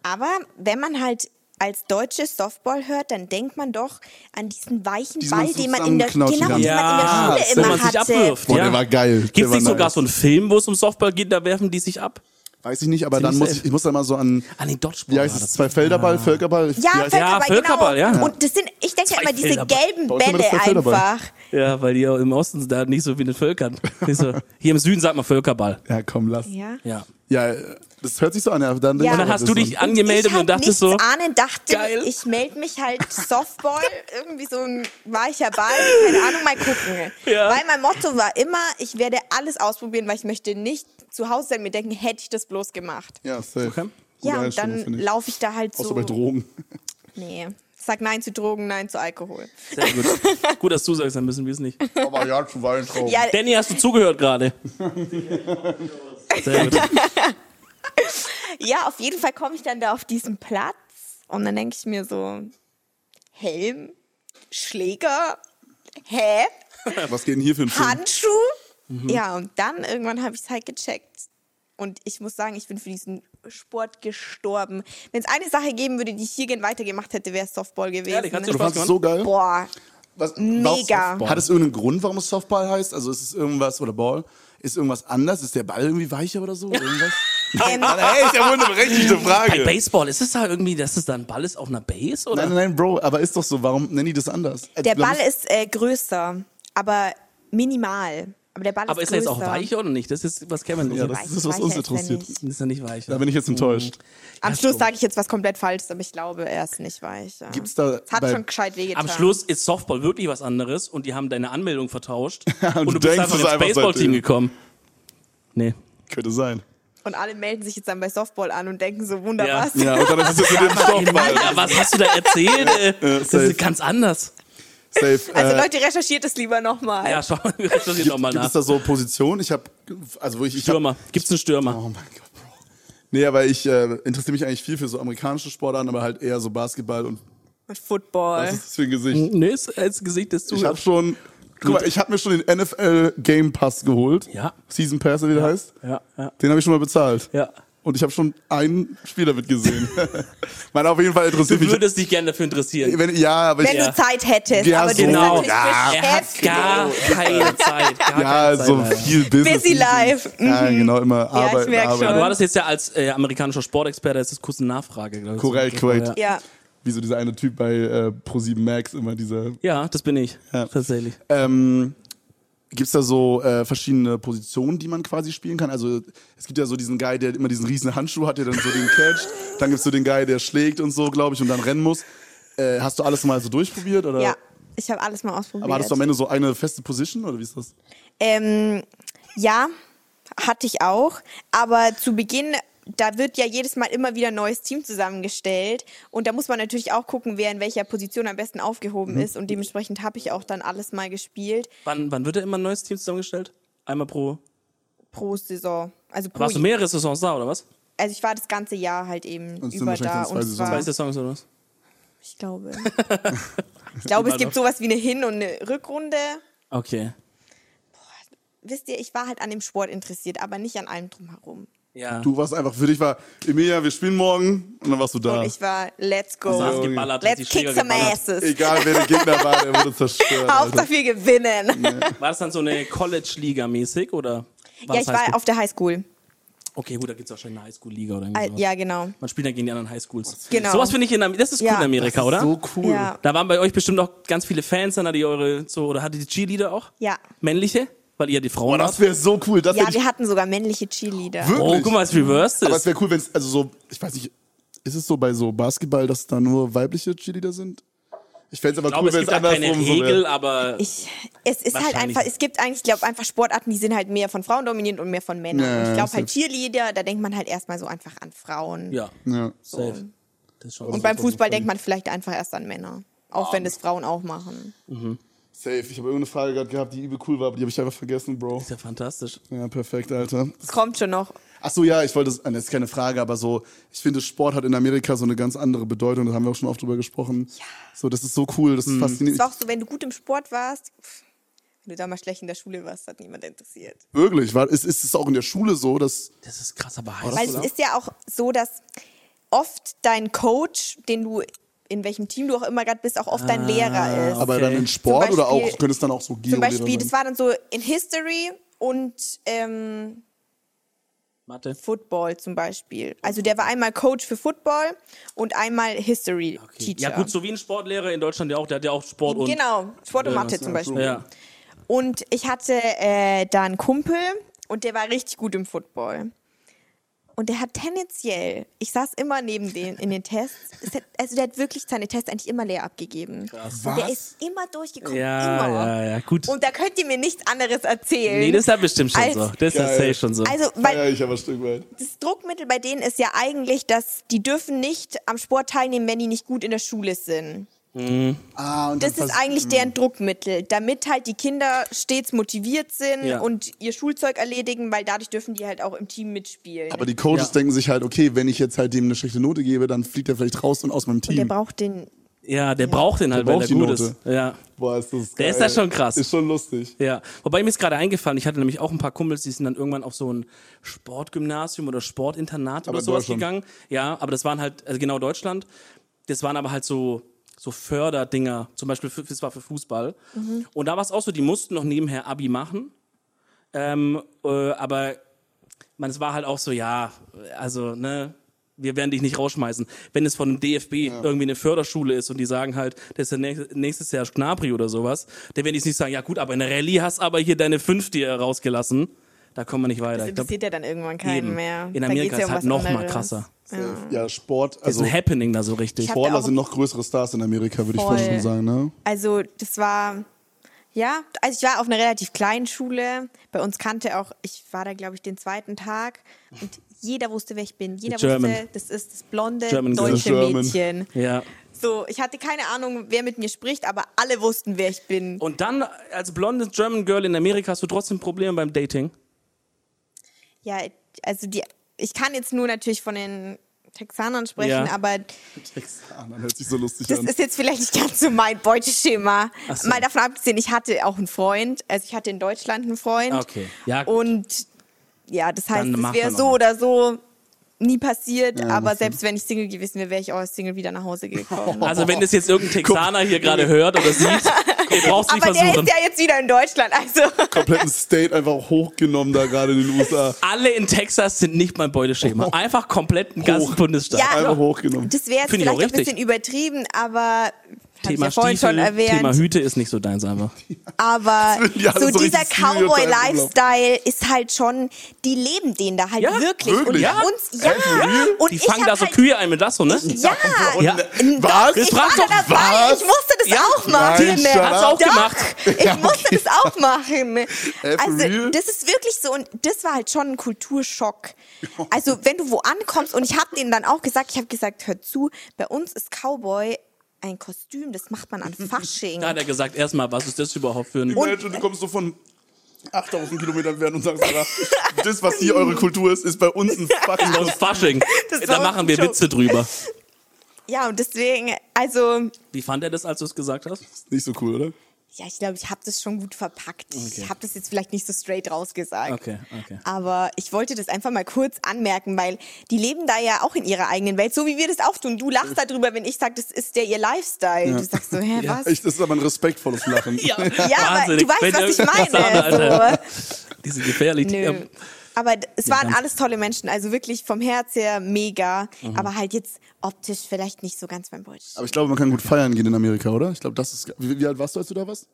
Speaker 3: Aber wenn man halt als Deutsches Softball hört, dann denkt man doch an diesen weichen
Speaker 1: Diesen
Speaker 3: Ball,
Speaker 1: man
Speaker 3: den man in der, genau,
Speaker 1: zusammenknautscht
Speaker 3: den man in
Speaker 1: die
Speaker 2: Ja,
Speaker 3: der
Speaker 1: ganze
Speaker 3: Schule
Speaker 1: Zeit.
Speaker 2: wenn
Speaker 3: immer
Speaker 2: man sich
Speaker 3: hatte.
Speaker 2: abwirft.
Speaker 1: Boah,
Speaker 2: ja.
Speaker 1: der war geil.
Speaker 2: Gibt
Speaker 1: Der
Speaker 2: es
Speaker 1: war
Speaker 2: nicht sogar
Speaker 1: nice.
Speaker 2: so einen Film, wo es um Softball geht, da werfen die sich ab?
Speaker 1: Weiß ich nicht, aber dann
Speaker 2: Ziemlich
Speaker 1: muss
Speaker 2: safe.
Speaker 1: ich, ich muss da mal so an,
Speaker 2: An den Dodgeball.
Speaker 1: wie heißt es,
Speaker 2: war Oh, das.
Speaker 1: zwei Felderball, Völkerball? wie
Speaker 3: Ja,
Speaker 1: heißt es?
Speaker 3: Völkerball,
Speaker 2: Völkerball,
Speaker 3: genau.
Speaker 2: ja.
Speaker 3: Und das sind, ich denke
Speaker 2: Zwei
Speaker 3: immer, diese
Speaker 2: Felderball.
Speaker 3: gelben
Speaker 1: Bei uns sind
Speaker 3: Bälle
Speaker 1: das Völkerball.
Speaker 3: einfach.
Speaker 2: Ja, weil die ja im Osten da nicht so wie in den Völkern. Die so- Hier im Süden sagt man Völkerball.
Speaker 1: ja, komm, lass.
Speaker 3: Ja.
Speaker 2: Ja.
Speaker 1: Ja, äh, das hört sich so an. Ja, dann
Speaker 3: Ja.
Speaker 2: Und dann hast du dich angemeldet
Speaker 3: ich
Speaker 2: und dachtest so,
Speaker 3: Ahnen dachte,
Speaker 2: geil.
Speaker 3: ich melde mich halt Softball, irgendwie so ein weicher Ball, keine Ahnung, mal gucken.
Speaker 2: Ja.
Speaker 3: Weil mein Motto war immer, ich werde alles ausprobieren, weil ich möchte nicht zu Hause sein und mir denken, hätte ich das bloß gemacht.
Speaker 1: Ja, safe.
Speaker 2: Okay.
Speaker 1: Gute
Speaker 3: ja, und
Speaker 1: Einstellung,
Speaker 3: dann
Speaker 1: finde ich.
Speaker 3: laufe ich da halt
Speaker 1: Außer
Speaker 3: so.
Speaker 1: bei Drogen.
Speaker 3: nee. Sag nein zu Drogen, nein zu Alkohol.
Speaker 2: Sehr gut. gut, dass du sagst, dann müssen wir es nicht.
Speaker 3: Äh,
Speaker 1: aber ja, zu Weintrauben.
Speaker 3: Ja,
Speaker 2: Danny, hast du zugehört gerade? Sehr gut.
Speaker 3: ja, auf jeden Fall komme ich dann da auf diesen Platz und dann denke ich mir so, Helm, Schläger, hä?
Speaker 1: Was geht denn hier für ein Film?
Speaker 3: Handschuh.
Speaker 2: Mhm.
Speaker 3: Ja, und dann irgendwann habe ich es halt gecheckt. Und ich muss sagen, ich bin für diesen Sport gestorben. Wenn es eine Sache geben würde, die ich hier gern weitergemacht hätte, wäre es Softball gewesen.
Speaker 2: Ehrlich, hat's dir
Speaker 1: Du
Speaker 2: Spaß
Speaker 1: fandest es so geil?
Speaker 3: Boah,
Speaker 1: Was,
Speaker 3: Mega.
Speaker 1: Warum, hat es irgendeinen Grund, warum es Softball heißt? Also ist es irgendwas, oder Ball, ist irgendwas anders? Ist der Ball irgendwie weicher oder so? Oder Irgendwas?
Speaker 3: Ähm,
Speaker 1: hey, ist ja wohl eine berechtigte
Speaker 2: Bei
Speaker 1: Frage. Nein,
Speaker 2: Baseball, ist es da irgendwie, dass es da ein Ball ist auf einer Base? Oder?
Speaker 1: nein, nein, Bro, aber ist doch so, warum nennen die das anders? Äh,
Speaker 3: der
Speaker 1: du
Speaker 3: Ball
Speaker 1: musst-
Speaker 3: ist äh, größer, aber minimal. Aber der Ball
Speaker 2: Aber
Speaker 3: ist
Speaker 2: ist er jetzt
Speaker 3: größer.
Speaker 2: auch weich oder nicht? Das ist, was Kevin
Speaker 1: Ja,
Speaker 2: das
Speaker 1: das ist das, was
Speaker 3: Weicher
Speaker 1: uns
Speaker 3: ist er
Speaker 1: interessiert.
Speaker 3: nicht.
Speaker 2: ist ja nicht weich.
Speaker 1: Da bin ich jetzt
Speaker 3: Mhm.
Speaker 1: enttäuscht.
Speaker 3: Am Schluss sage ich jetzt was komplett Falsches, aber ich glaube, er ist nicht weich. Ja.
Speaker 1: Gibt's da
Speaker 3: Es hat
Speaker 1: bei-
Speaker 3: schon gescheit
Speaker 2: Am
Speaker 3: wehgetan.
Speaker 2: Schluss ist Softball wirklich was anderes und die haben deine Anmeldung vertauscht und,
Speaker 1: du
Speaker 2: du bist
Speaker 1: denkst,
Speaker 2: einfach
Speaker 1: es
Speaker 2: ins
Speaker 1: einfach
Speaker 2: Baseballteam
Speaker 1: seitdem.
Speaker 2: gekommen. Nee.
Speaker 1: Könnte sein.
Speaker 3: Und alle melden sich jetzt dann bei Softball an und denken so, wunderbar.
Speaker 2: Ja.
Speaker 1: Ja, und dann ist es mit dem Softball.
Speaker 2: Alter, was hast du da erzählt? ey? das
Speaker 1: safe.
Speaker 2: ist ganz anders.
Speaker 1: Safe.
Speaker 3: Also
Speaker 1: äh,
Speaker 3: Leute, recherchiert es lieber nochmal.
Speaker 2: Ja, schau mal, das geht nochmal
Speaker 1: gibt es
Speaker 2: nach.
Speaker 1: da so Positionen? Ich habe, also wo ich, ich hab-
Speaker 2: Stürmer. Gibt's einen Stürmer?
Speaker 1: Oh mein Gott, Bro. Nee, aber ich äh, interessiere mich eigentlich viel für so amerikanische Sportarten, aber halt eher so Basketball und
Speaker 3: Und Football.
Speaker 1: was ist das für ein Gesicht?
Speaker 2: Nee, ist als Gesicht des
Speaker 1: Ich habe
Speaker 2: Zuhörers.
Speaker 1: schon. Guck mal, ich habe mir schon den NFL Game Pass geholt.
Speaker 2: Ja.
Speaker 1: Season Pass, wie der heißt.
Speaker 2: Ja, ja,
Speaker 1: Den habe ich schon mal bezahlt.
Speaker 2: ja.
Speaker 1: Und ich habe schon ein Spiel damit gesehen. Man auf jeden Fall interessiert
Speaker 2: Du
Speaker 1: mich.
Speaker 2: würdest dich gerne dafür interessieren.
Speaker 1: Wenn, ja, aber
Speaker 3: Wenn
Speaker 1: ich,
Speaker 2: Ja.
Speaker 3: du Zeit hättest.
Speaker 1: Ja,
Speaker 3: aber
Speaker 1: so.
Speaker 3: du bist
Speaker 2: Genau.
Speaker 3: natürlich
Speaker 1: Ja.
Speaker 2: Er hat
Speaker 3: beschäftigt.
Speaker 2: gar keine Zeit. Gar
Speaker 1: ja,
Speaker 2: keine Zeit
Speaker 1: so
Speaker 2: leider.
Speaker 1: viel Business.
Speaker 3: Busy life.
Speaker 1: Ja,
Speaker 2: Mhm.
Speaker 1: genau, immer
Speaker 3: ich
Speaker 1: Arbeit, Arbeit.
Speaker 3: merk
Speaker 2: Aber
Speaker 3: schon.
Speaker 2: du hattest jetzt ja als äh, amerikanischer Sportexperte, das ist kurz eine Nachfrage, glaube ich.
Speaker 1: Korrekt, korrekt.
Speaker 2: Ja.
Speaker 3: Ja.
Speaker 1: Wie so dieser eine Typ bei äh, Pro7 Max, immer dieser.
Speaker 2: ja, das bin ich.
Speaker 1: Ja.
Speaker 2: Tatsächlich.
Speaker 1: Ähm, gibt es da so äh, verschiedene Positionen, die man quasi spielen kann? Also es gibt ja so diesen Guy, der immer diesen riesen Handschuh hat, der dann so den catcht. Dann gibt es so den Guy, der schlägt und so, glaube ich, und dann rennen muss. Äh, hast du alles mal so durchprobiert? Oder?
Speaker 3: ja, ich habe alles mal ausprobiert.
Speaker 1: Aber hattest du am Ende so eine feste Position oder wie ist das?
Speaker 3: Ähm, ja, hatte ich auch. Aber zu Beginn, da wird ja jedes Mal immer wieder ein neues Team zusammengestellt. Und da muss man natürlich auch gucken, wer in welcher Position am besten aufgehoben ist. Und dementsprechend habe ich auch dann alles mal gespielt
Speaker 2: Wann, wann wird da immer ein neues Team zusammengestellt? Einmal pro.
Speaker 3: pro Saison. Also, pro
Speaker 2: Warst du mehrere Saisons da oder was?
Speaker 3: also ich war das ganze Jahr halt eben
Speaker 1: Und es sind
Speaker 3: über
Speaker 1: wahrscheinlich
Speaker 3: da.
Speaker 1: dann zwei
Speaker 3: Und
Speaker 1: Saisons.
Speaker 3: zwar,
Speaker 2: Zwei Saisons oder was?
Speaker 3: ich glaube. ich glaube, es gibt sowas wie eine Hin- und eine Rückrunde.
Speaker 2: Okay.
Speaker 3: Wisst ihr, ich war halt an dem Sport interessiert, aber nicht an allem drumherum.
Speaker 2: Ja.
Speaker 1: Du warst einfach, für dich war, Emilia, wir spielen morgen und dann warst du da.
Speaker 3: Und ich war, let's go.
Speaker 2: Also hast geballert, hast die
Speaker 3: Let's kick
Speaker 2: Schläger
Speaker 3: some
Speaker 2: geballert.
Speaker 3: asses.
Speaker 1: Egal wer der Gegner war, der wurde zerstört. Also, Alter.
Speaker 3: Hauptsache wir gewinnen.
Speaker 2: also. War das dann so eine College-Liga mäßig oder? War
Speaker 3: ja,
Speaker 2: das
Speaker 3: ich
Speaker 2: Highschool?
Speaker 3: war auf der Highschool.
Speaker 2: Okay, gut, da gibt es wahrscheinlich eine Highschool-Liga oder
Speaker 3: Al-
Speaker 2: irgendwas.
Speaker 3: Ja, genau.
Speaker 2: Man spielt dann gegen die anderen Highschools.
Speaker 3: Genau.
Speaker 2: Sowas finde ich in Amerika. Das ist cool
Speaker 3: Ja.
Speaker 2: in Amerika, oder?
Speaker 1: So cool.
Speaker 3: Ja.
Speaker 2: Da waren bei euch bestimmt auch ganz viele Fans, dann hatte ihr eure so oder hatte die Cheerleader auch?
Speaker 3: Ja.
Speaker 2: Männliche? Weil ihr die Frauen
Speaker 1: Boah,
Speaker 2: wart?
Speaker 1: das wäre so cool. Das
Speaker 3: Ja,
Speaker 1: hätte ich
Speaker 3: wir hatten sogar männliche Cheerleader.
Speaker 1: wirklich.
Speaker 2: Oh, guck mal, es reversed
Speaker 1: Aber
Speaker 2: ist.
Speaker 1: es wäre cool, wenn es, also so, ich weiß nicht, ist es so bei so Basketball, dass da nur weibliche Cheerleader sind? Ich fände es
Speaker 2: Ich
Speaker 1: aber
Speaker 2: glaube,
Speaker 1: cool,
Speaker 2: es
Speaker 1: wenn es
Speaker 2: gibt da keine
Speaker 1: andersrum so
Speaker 2: Regel,
Speaker 1: wäre.
Speaker 2: aber
Speaker 3: Ich, es ist halt
Speaker 2: Wahrscheinlich.
Speaker 3: einfach, es gibt eigentlich, glaube einfach Sportarten, die sind halt mehr von Frauen dominiert und mehr von Männern.
Speaker 1: Ja,
Speaker 3: und ich
Speaker 1: safe.
Speaker 3: glaube halt Cheerleader, da denkt man halt erstmal so einfach an Frauen.
Speaker 2: ja,
Speaker 1: Ja.
Speaker 2: safe. Das ist schon
Speaker 3: Und beim Fußball denkt man vielleicht einfach erst an Männer. Auch wenn das Frauen auch machen.
Speaker 1: Safe. Ich habe irgendeine Frage gerade gehabt, die übel cool war, aber die habe ich einfach vergessen, Bro.
Speaker 2: ist ja fantastisch.
Speaker 1: Ja, perfekt, Alter.
Speaker 3: Es kommt schon noch.
Speaker 1: Ach so, ja, ich wollte, das das ist keine Frage, aber so, ich finde, Sport hat in Amerika so eine ganz andere Bedeutung, da haben wir auch schon oft drüber gesprochen. Ja. So, das ist so cool, das ist
Speaker 3: Es
Speaker 1: faszinierend.
Speaker 3: war Mhm. auch so, wenn du gut im Sport warst, pff, wenn du da mal schlecht in der Schule warst, hat niemand interessiert.
Speaker 1: Wirklich, war, ist, ist es auch in der Schule so, dass,
Speaker 2: Das ist krass, aber
Speaker 3: Weil
Speaker 2: heiß.
Speaker 3: es ist ja auch so, dass oft dein Coach, den du in welchem Team du auch immer gerade bist, auch oft
Speaker 2: Ah,
Speaker 3: dein Lehrer ist.
Speaker 1: aber
Speaker 2: Okay.
Speaker 1: dann in Sport
Speaker 3: Zum
Speaker 1: oder auch,
Speaker 3: Beispiel-
Speaker 1: könnte es dann auch so gehen?
Speaker 3: Zum Beispiel, das war dann so in History und ähm,
Speaker 2: Mathe.
Speaker 3: Football zum Beispiel. Also der war einmal Coach für Football und einmal History
Speaker 2: Okay.
Speaker 3: Teacher.
Speaker 2: Ja gut, so wie ein Sportlehrer in Deutschland ja auch, der hat ja auch Sport und äh,
Speaker 3: genau, Sport und Mathe zum Beispiel.
Speaker 2: ja.
Speaker 3: Und ich hatte äh, da einen Kumpel und der war richtig gut im Football. Und der hat tendenziell, ich saß immer neben den in den Tests, es hat, also der hat wirklich seine Tests eigentlich immer leer abgegeben. Und der
Speaker 1: Was?
Speaker 3: ist immer durchgekommen,
Speaker 2: Ja,
Speaker 3: immer.
Speaker 2: ja, ja, gut.
Speaker 3: Und da könnt ihr mir nichts anderes erzählen.
Speaker 2: Nee, das ist ja bestimmt schon
Speaker 3: Als-
Speaker 2: so. Das ist ja
Speaker 1: Geil.
Speaker 2: safe schon so.
Speaker 3: also,
Speaker 1: Ja,
Speaker 3: weil
Speaker 1: ich aber ein Stück weit.
Speaker 3: das Druckmittel bei denen ist ja eigentlich, dass die dürfen nicht am Sport teilnehmen, wenn die nicht gut in der Schule sind.
Speaker 1: Ah, und
Speaker 3: Das
Speaker 1: dann
Speaker 3: ist
Speaker 1: vers-
Speaker 3: eigentlich
Speaker 2: Hm.
Speaker 3: deren Druckmittel, damit halt die Kinder stets motiviert sind
Speaker 2: Ja.
Speaker 3: und ihr Schulzeug erledigen, weil dadurch dürfen die halt auch im Team mitspielen.
Speaker 1: Aber die Coaches
Speaker 2: Ja.
Speaker 1: denken sich halt, okay, wenn ich jetzt halt dem eine schlechte Note gebe, dann fliegt er vielleicht raus und aus meinem
Speaker 3: und der
Speaker 1: Team.
Speaker 3: braucht den.
Speaker 2: ja, der braucht den halt,
Speaker 1: Der
Speaker 2: weil
Speaker 1: braucht
Speaker 2: der
Speaker 1: die
Speaker 2: gut
Speaker 1: Note.
Speaker 2: ist. Ja.
Speaker 1: Boah, ist das
Speaker 2: Der
Speaker 1: geil.
Speaker 2: ist das schon krass.
Speaker 1: Ist schon lustig.
Speaker 2: Ja, wobei mir ist gerade eingefallen, ich hatte nämlich auch ein paar Kumpels, die sind dann irgendwann auf so ein Sportgymnasium oder Sportinternat
Speaker 1: Aber
Speaker 2: oder
Speaker 1: in
Speaker 2: sowas
Speaker 1: Deutschland.
Speaker 2: gegangen. Ja, aber das waren halt, also genau Deutschland, das waren aber halt so, so Förderdinger, zum Beispiel, für, das war für Fußball. Und da war es auch so, die mussten noch nebenher Abi machen, ähm, äh, aber man, es war halt auch so, ja, also, ne, wir werden dich nicht rausschmeißen. Wenn es von dem DFB irgendwie eine Förderschule ist und die sagen halt, das ist ja nächstes, nächstes Jahr Gnabry oder sowas, dann werden die nicht sagen, ja gut, aber in der Rallye hast aber hier deine fünf dir rausgelassen. Da kommen wir nicht weiter.
Speaker 3: Das
Speaker 2: Ich glaub,
Speaker 3: interessiert ja dann irgendwann keinen
Speaker 2: eben.
Speaker 3: mehr.
Speaker 2: In
Speaker 3: Da
Speaker 2: Amerika
Speaker 3: geht's ja
Speaker 2: ist
Speaker 3: um
Speaker 2: halt
Speaker 3: was
Speaker 2: noch mal
Speaker 3: anderes.
Speaker 2: krasser.
Speaker 1: Ja, Hsport,
Speaker 2: Das
Speaker 1: also
Speaker 2: ist ein Happening da so richtig.
Speaker 3: Ich hab-
Speaker 1: Sportler
Speaker 3: auch-
Speaker 1: sind noch größere Stars in Amerika, würde ich
Speaker 3: Voll.
Speaker 1: fast schon sagen, ne?
Speaker 3: Also, das war. Ja, also ich war auf einer relativ kleinen Schule. Bei uns kannte auch, ich war da, glaube ich, den zweiten Tag. Und jeder wusste, wer ich bin. Jeder
Speaker 2: German.
Speaker 3: wusste, das ist das blonde
Speaker 2: German girl.
Speaker 3: deutsche
Speaker 1: German.
Speaker 3: Mädchen.
Speaker 2: Ja.
Speaker 3: So, ich hatte keine Ahnung, wer mit mir spricht, aber alle wussten, wer ich bin.
Speaker 2: Und dann als blonde German Girl in Amerika hast du trotzdem Probleme beim Dating.
Speaker 3: Ja, also die, ich kann jetzt nur natürlich von den Texanern sprechen,
Speaker 2: Ja. Ähm.
Speaker 3: aber
Speaker 1: Ah, man hört sich so lustig
Speaker 3: das
Speaker 1: an.
Speaker 3: ist jetzt vielleicht nicht ganz so mein Beuteschema.
Speaker 2: Ach so.
Speaker 3: Mal davon abgesehen, ich hatte auch einen Freund, also ich hatte in Deutschland einen Freund.
Speaker 2: Okay, ja, gut.
Speaker 3: Und ja, das heißt,
Speaker 2: Dann
Speaker 3: es
Speaker 2: macht
Speaker 3: wäre
Speaker 2: man auch
Speaker 3: so oder so nie passiert,
Speaker 1: Ja,
Speaker 3: aber
Speaker 1: das
Speaker 3: selbst wenn ich Single gewesen wäre, wäre ich auch als Single wieder nach Hause gekommen.
Speaker 2: Also wenn es jetzt irgendein Texaner hier gerade hört oder sieht, ihr braucht es nicht
Speaker 3: aber der
Speaker 2: versuchen.
Speaker 3: ist ja jetzt wieder in Deutschland, also.
Speaker 1: kompletten State einfach hochgenommen da gerade in den USA.
Speaker 2: Alle in Texas sind nicht mein Beuteschema. Einfach komplett einen ganzen
Speaker 1: Hoch.
Speaker 2: Bundesstaat.
Speaker 3: Oh.
Speaker 2: Also
Speaker 3: Ja.
Speaker 1: Einfach hochgenommen.
Speaker 3: Das wäre jetzt
Speaker 2: Find ich auch
Speaker 3: vielleicht ein
Speaker 2: richtig.
Speaker 3: bisschen übertrieben, aber hab ich
Speaker 2: Thema
Speaker 3: ja vorhin
Speaker 2: Stiefel,
Speaker 3: schon erwähnt.
Speaker 2: Thema Hüte ist nicht so deins einfach.
Speaker 3: aber
Speaker 1: Das sind ja
Speaker 3: so
Speaker 1: alles so
Speaker 3: dieser
Speaker 1: richtig Stereotype im Lauf.
Speaker 3: Cowboy-Lifestyle ist halt schon, die leben den da halt
Speaker 2: Ja,
Speaker 3: wirklich. Und
Speaker 1: wirklich?
Speaker 2: Ja?
Speaker 3: uns, ja.
Speaker 1: real?
Speaker 3: Und
Speaker 2: Die
Speaker 3: ich
Speaker 2: fangen
Speaker 3: hab
Speaker 2: da so
Speaker 3: halt,
Speaker 2: Kühe ein mit Lasso, ne?
Speaker 3: Ja,
Speaker 2: Ja.
Speaker 1: Was?
Speaker 3: Ich war
Speaker 2: frag
Speaker 3: da
Speaker 2: doch,
Speaker 3: dabei,
Speaker 1: was?
Speaker 3: ich musste das
Speaker 2: Ja,
Speaker 3: auch machen.
Speaker 1: nein, shut Hat's
Speaker 2: up. auch
Speaker 3: Doch,
Speaker 2: gemacht.
Speaker 3: Ich musste das auch machen.
Speaker 1: for
Speaker 3: Also,
Speaker 1: real?
Speaker 3: das ist wirklich so und das war halt schon ein Kulturschock. Also, wenn du wo ankommst und ich habe denen dann auch gesagt, ich habe gesagt, hört zu, bei uns ist Cowboy ein Kostüm, das macht man an Fasching.
Speaker 2: Da hat er gesagt, erstmal, was ist das überhaupt für ein...
Speaker 1: Imagine, du kommst so von 8000 Kilometern werden und sagst, Alter, das, was hier eure Kultur ist, ist bei uns ein fucking
Speaker 2: Das ist Fasching.
Speaker 3: Das ist
Speaker 2: Da
Speaker 3: auch
Speaker 2: machen wir
Speaker 3: schon-
Speaker 2: Witze drüber.
Speaker 3: Ja, und deswegen, also,
Speaker 2: Wie fand er das, als du es gesagt hast?
Speaker 1: Nicht so cool, oder?
Speaker 3: ja, ich glaube, ich habe das schon gut verpackt. Ich habe das jetzt vielleicht nicht so straight rausgesagt.
Speaker 2: Okay, okay.
Speaker 3: Aber ich wollte das einfach mal kurz anmerken, weil die leben da ja auch in ihrer eigenen Welt, so wie wir das auch tun. Du lachst darüber, wenn ich sage, das ist der ihr Lifestyle. Du sagst so, hä, was?
Speaker 1: Ich, das ist aber ein respektvolles Lachen.
Speaker 3: Ja, aber du
Speaker 2: Wahnsinnig.
Speaker 3: weißt,
Speaker 2: Wenn
Speaker 3: was ich
Speaker 2: irgendwas haben,
Speaker 3: meine.
Speaker 2: Alter.
Speaker 3: So.
Speaker 2: Diese gefährlich.
Speaker 3: Nö. Aber d- es waren
Speaker 2: ganz- Mhm.
Speaker 3: alles tolle Menschen, also wirklich vom Herz her mega, aber halt jetzt optisch vielleicht nicht so ganz mein Deutsch.
Speaker 1: Aber ich glaube, man kann gut feiern gehen in Amerika, oder? Ich glaube, das ist. Wie, wie alt warst du, als du da warst?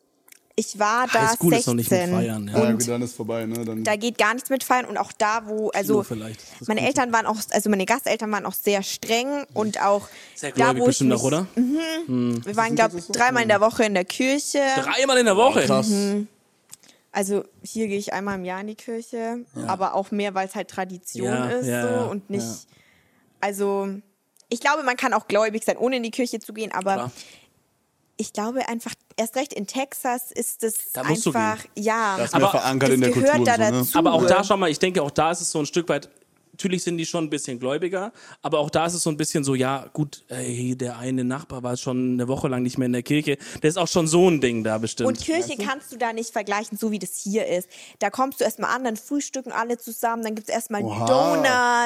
Speaker 3: Ich war da
Speaker 2: High School
Speaker 3: 16.
Speaker 2: ist noch nicht mit Feiern. Ja.
Speaker 1: ja, gut, dann ist vorbei, ne? Dann
Speaker 3: Da geht gar nichts mit feiern und auch da, wo, also
Speaker 2: vielleicht. Das ist
Speaker 3: meine
Speaker 2: gut.
Speaker 3: Eltern waren auch, also meine Gasteltern waren auch sehr streng und auch
Speaker 2: Sehr
Speaker 3: da,
Speaker 2: gläubig
Speaker 3: wo ich
Speaker 2: bestimmt
Speaker 3: mich,
Speaker 2: noch, oder?
Speaker 3: Wir waren, glaube ich, dreimal in der Woche in der Kirche.
Speaker 2: Dreimal in der Woche.
Speaker 1: krass.
Speaker 3: Also hier gehe ich einmal im Jahr in die Kirche, aber auch mehr, weil es halt Tradition
Speaker 2: Ja,
Speaker 3: ist
Speaker 2: ja,
Speaker 3: so
Speaker 2: ja,
Speaker 3: und nicht.
Speaker 2: ja.
Speaker 3: Also ich glaube, man kann auch gläubig sein, ohne in die Kirche zu gehen, aber
Speaker 2: Klar.
Speaker 3: ich glaube einfach, erst recht in Texas ist es
Speaker 2: Da musst du
Speaker 3: einfach, ja,
Speaker 1: Das ist
Speaker 2: Aber
Speaker 1: mehr verankert
Speaker 3: das
Speaker 1: in der
Speaker 3: gehört
Speaker 1: Kultur.
Speaker 3: da
Speaker 1: und so, ne?
Speaker 3: dazu.
Speaker 2: Aber auch
Speaker 3: Ruhe.
Speaker 2: da, schau mal, ich denke, auch da ist es so ein Stück weit. Natürlich sind die schon ein bisschen gläubiger, aber auch da ist es so ein bisschen so, ja, gut, ey, der eine Nachbar war schon eine Woche lang nicht mehr in der Kirche. Das ist auch schon so ein Ding da bestimmt.
Speaker 3: Und Kirche kannst du da nicht vergleichen, so wie das hier ist. Da kommst du erstmal an, dann frühstücken alle zusammen, dann gibt es erstmal
Speaker 1: Oha.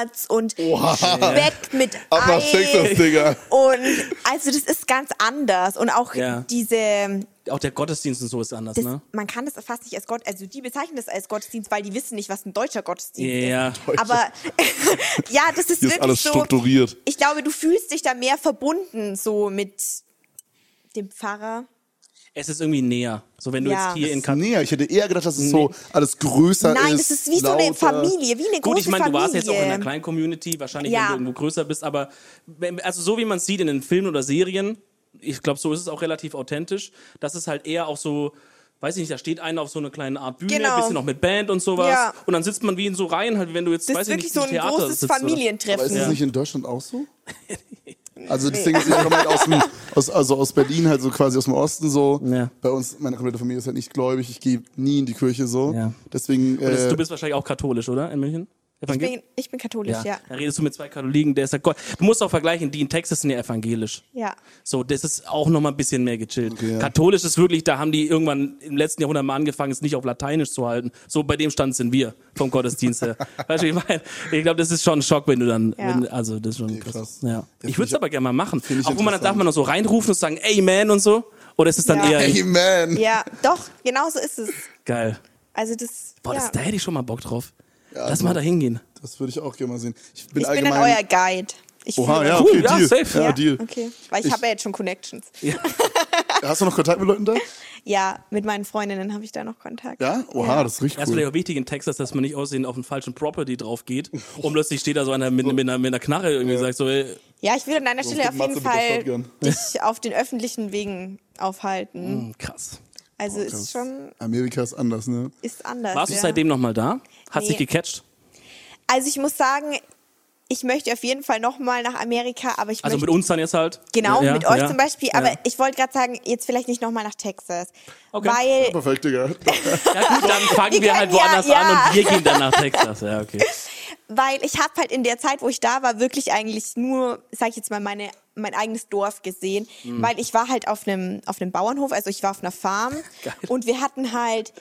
Speaker 3: Donuts und
Speaker 1: Oha.
Speaker 3: Speck mit
Speaker 1: Ab nach Texas,
Speaker 3: Ei.
Speaker 1: Digga.
Speaker 3: Und also das ist ganz anders. Und auch
Speaker 2: Ja.
Speaker 3: diese,
Speaker 2: auch der Gottesdienst und so ist anders,
Speaker 3: das,
Speaker 2: ne?
Speaker 3: man kann das fast nicht als Gott, also die bezeichnen das als Gottesdienst, weil die wissen nicht, was ein deutscher Gottesdienst ist.
Speaker 2: Ja.
Speaker 3: Aber ja, das
Speaker 1: Hier
Speaker 3: ist
Speaker 1: ist
Speaker 3: wirklich
Speaker 1: alles
Speaker 3: so.
Speaker 1: strukturiert.
Speaker 3: Ich glaube, du fühlst dich da mehr verbunden so mit dem Pfarrer.
Speaker 2: Es ist irgendwie näher. So, wenn du
Speaker 3: Ja.
Speaker 2: jetzt hier in Kat
Speaker 1: Nee, ich hätte eher gedacht, dass es so alles größer ist.
Speaker 3: Nein, das ist wie so eine
Speaker 1: lauter.
Speaker 3: Familie, wie eine
Speaker 2: Gut,
Speaker 3: große
Speaker 2: ich meine, du
Speaker 3: Familie.
Speaker 2: warst jetzt auch in einer kleinen Community, wahrscheinlich,
Speaker 3: Ja.
Speaker 2: wenn du irgendwo größer bist, aber wenn, also so wie man es sieht in den Filmen oder Serien, ich glaube, so ist es auch relativ authentisch, das ist halt eher auch so, weiß ich nicht, da steht einer auf so einer kleinen Art Bühne,
Speaker 3: Genau.
Speaker 2: bisschen noch mit Band und sowas
Speaker 3: Ja.
Speaker 2: und dann sitzt man wie in so Reihen, halt, wenn du jetzt,
Speaker 3: das
Speaker 2: weiß
Speaker 3: ist
Speaker 2: ich nicht,
Speaker 3: wirklich so
Speaker 2: im
Speaker 3: ein
Speaker 2: Theater
Speaker 3: großes
Speaker 2: sitzt oder-
Speaker 1: Aber ist
Speaker 3: Familientreffen.
Speaker 1: das
Speaker 2: Ja.
Speaker 1: nicht in Deutschland auch so? Also das Ding ist, ich komme halt aus, dem, aus, also aus Berlin, halt so quasi aus dem Osten so.
Speaker 2: Ja.
Speaker 1: Bei uns, meine komplette Familie ist halt nicht gläubig, ich gehe nie in die Kirche so.
Speaker 2: Ja.
Speaker 1: Deswegen,
Speaker 2: Das ist-
Speaker 1: äh,
Speaker 2: Du bist wahrscheinlich auch katholisch, oder, in München?
Speaker 3: Ich bin, ich bin katholisch, ja.
Speaker 2: Da redest du mit zwei Katholiken, der ist ja Gott. Du musst auch vergleichen, die in Texas sind ja evangelisch.
Speaker 3: Ja.
Speaker 2: So, das ist auch nochmal ein bisschen mehr gechillt.
Speaker 1: Okay, ja.
Speaker 2: Katholisch ist wirklich, da haben die irgendwann im letzten Jahrhundert mal angefangen, es nicht auf Lateinisch zu halten. So bei dem Stand sind wir vom Gottesdienst her. weißt du, ich meine, ich glaube, das ist schon ein Schock, wenn du dann,
Speaker 3: Ja.
Speaker 2: wenn, also das ist schon krass.
Speaker 1: krass.
Speaker 2: Ja.
Speaker 1: Ja,
Speaker 2: ich
Speaker 1: find
Speaker 2: würde es
Speaker 1: ich-
Speaker 2: aber gerne mal machen.
Speaker 1: find ich
Speaker 2: Auch wo man dann
Speaker 1: interessant.
Speaker 2: darf man noch so reinrufen und sagen, Amen und so. Oder ist es dann
Speaker 3: Ja.
Speaker 2: eher
Speaker 1: Amen.
Speaker 3: Ja, doch, genau so ist es.
Speaker 2: geil?
Speaker 3: Also das,
Speaker 2: Boah,
Speaker 3: ja.
Speaker 2: das, da hätte ich schon mal Bock drauf.
Speaker 1: Ja,
Speaker 2: Lass
Speaker 1: also-
Speaker 2: mal da hingehen.
Speaker 1: Das würde ich auch gerne mal sehen. Ich bin
Speaker 3: ich bin dann
Speaker 1: allgemein.
Speaker 3: euer Guide. Ich
Speaker 1: Oha,
Speaker 3: führe
Speaker 1: ja,
Speaker 3: euch.
Speaker 2: Cool,
Speaker 1: okay,
Speaker 2: ja,
Speaker 1: Deal.
Speaker 2: safe.
Speaker 1: Ja,
Speaker 3: Ja,
Speaker 1: Deal.
Speaker 3: Okay, weil ich,
Speaker 1: Ich-
Speaker 3: habe ja jetzt schon Connections.
Speaker 1: Hast du noch Kontakt mit Leuten da?
Speaker 3: Ja, mit meinen Freundinnen habe ich da noch Kontakt.
Speaker 1: Ja? Oha, das ist
Speaker 2: Ja,
Speaker 1: richtig
Speaker 2: ist
Speaker 1: cool.
Speaker 2: vielleicht auch wichtig in Texas, dass man nicht aussehen auf einen falschen Property drauf geht und plötzlich steht da so einer mit, mit, einer, mit einer Knarre irgendwie und sagt so, äh, ey,
Speaker 3: Ja, ich will an deiner Stelle auf
Speaker 1: Matze
Speaker 3: jeden
Speaker 1: mit der
Speaker 3: Fall
Speaker 1: Shotgun.
Speaker 3: dich auf den öffentlichen Wegen
Speaker 1: Mm.
Speaker 3: aufhalten.
Speaker 2: hm, krass.
Speaker 3: Also
Speaker 1: Krass.
Speaker 3: ist schon
Speaker 1: Amerika ist anders, ne?
Speaker 3: ist anders.
Speaker 2: Warst
Speaker 3: ja.
Speaker 2: du seitdem nochmal da? Hat sich
Speaker 3: Nee.
Speaker 2: gecatcht?
Speaker 3: Also ich muss sagen, ich möchte auf jeden Fall nochmal nach Amerika, aber ich
Speaker 2: Also
Speaker 3: möchte
Speaker 2: mit uns dann jetzt halt?
Speaker 3: Genau,
Speaker 2: Ja,
Speaker 3: mit euch
Speaker 2: ja,
Speaker 3: zum Beispiel. Aber
Speaker 2: ja.
Speaker 3: ich wollte gerade sagen, jetzt vielleicht nicht nochmal nach Texas.
Speaker 2: Okay.
Speaker 3: Weil,
Speaker 1: Perfekt, Digga.
Speaker 2: Ja, gut, dann fangen wir
Speaker 3: können
Speaker 2: halt
Speaker 3: ja-
Speaker 2: woanders
Speaker 3: ja.
Speaker 2: an und wir gehen dann nach Texas. Ja, okay.
Speaker 3: weil ich habe halt in der Zeit, wo ich da war, wirklich eigentlich nur, sag ich jetzt mal, meine, mein eigenes Dorf gesehen.
Speaker 2: Hm.
Speaker 3: Weil ich war halt auf einem, auf einem Bauernhof, also ich war auf einer Farm. Und wir hatten halt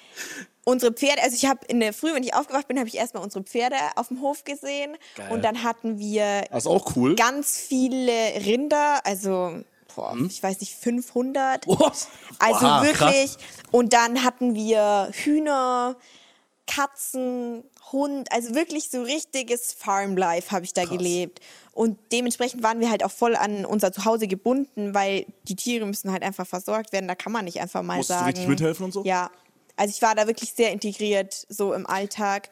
Speaker 3: unsere Pferde, also ich habe in der Früh, wenn ich aufgewacht bin, habe ich erstmal unsere Pferde auf dem Hof gesehen.
Speaker 2: Geil.
Speaker 3: Und dann hatten wir
Speaker 1: Das ist auch cool.
Speaker 3: ganz viele Rinder, also boah,
Speaker 4: Mhm.
Speaker 3: ich weiß nicht, 500.
Speaker 4: Oh,
Speaker 2: What?
Speaker 3: Also
Speaker 2: Wow,
Speaker 3: wirklich. Und dann hatten wir Hühner, Katzen, Hund, also wirklich so richtiges Farmlife habe ich da gelebt. Und dementsprechend waren wir halt auch voll an unser Zuhause gebunden, weil die Tiere müssen halt einfach versorgt werden. Da kann man nicht einfach mal
Speaker 4: Musstest du
Speaker 3: sagen.
Speaker 4: richtig mithelfen und so?
Speaker 3: Ja. Also ich war da wirklich sehr integriert, so im Alltag.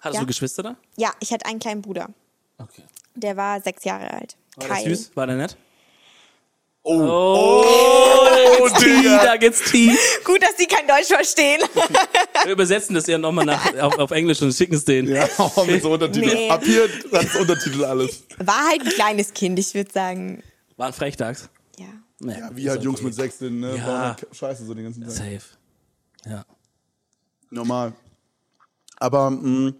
Speaker 2: Hattest
Speaker 3: Ja.
Speaker 2: du Geschwister da?
Speaker 3: Ja, ich hatte einen kleinen Bruder.
Speaker 2: Okay.
Speaker 3: Der war sechs Jahre alt.
Speaker 2: War
Speaker 3: Kai.
Speaker 2: der süß? War der nett? Oh.
Speaker 4: Oh,
Speaker 2: Tee, da geht's Tee.
Speaker 3: Gut, dass die kein Deutsch verstehen.
Speaker 2: Wir übersetzen das ja nochmal nach- auf, auf Englisch und schicken es denen.
Speaker 1: Ja, Oh, mit so Untertitel.
Speaker 3: Nee.
Speaker 1: Ab hier, das ist Untertitel alles.
Speaker 3: War halt ein kleines Kind, ich würde sagen.
Speaker 2: War ein Frechdachs.
Speaker 3: Ja.
Speaker 2: Nee,
Speaker 1: Ja, wie halt Jungs mit sechs sind, ne?
Speaker 2: Ja.
Speaker 1: Bauen halt Scheiße so den ganzen Tag.
Speaker 2: Safe. Ja. halt-
Speaker 1: Normal. Aber, mh,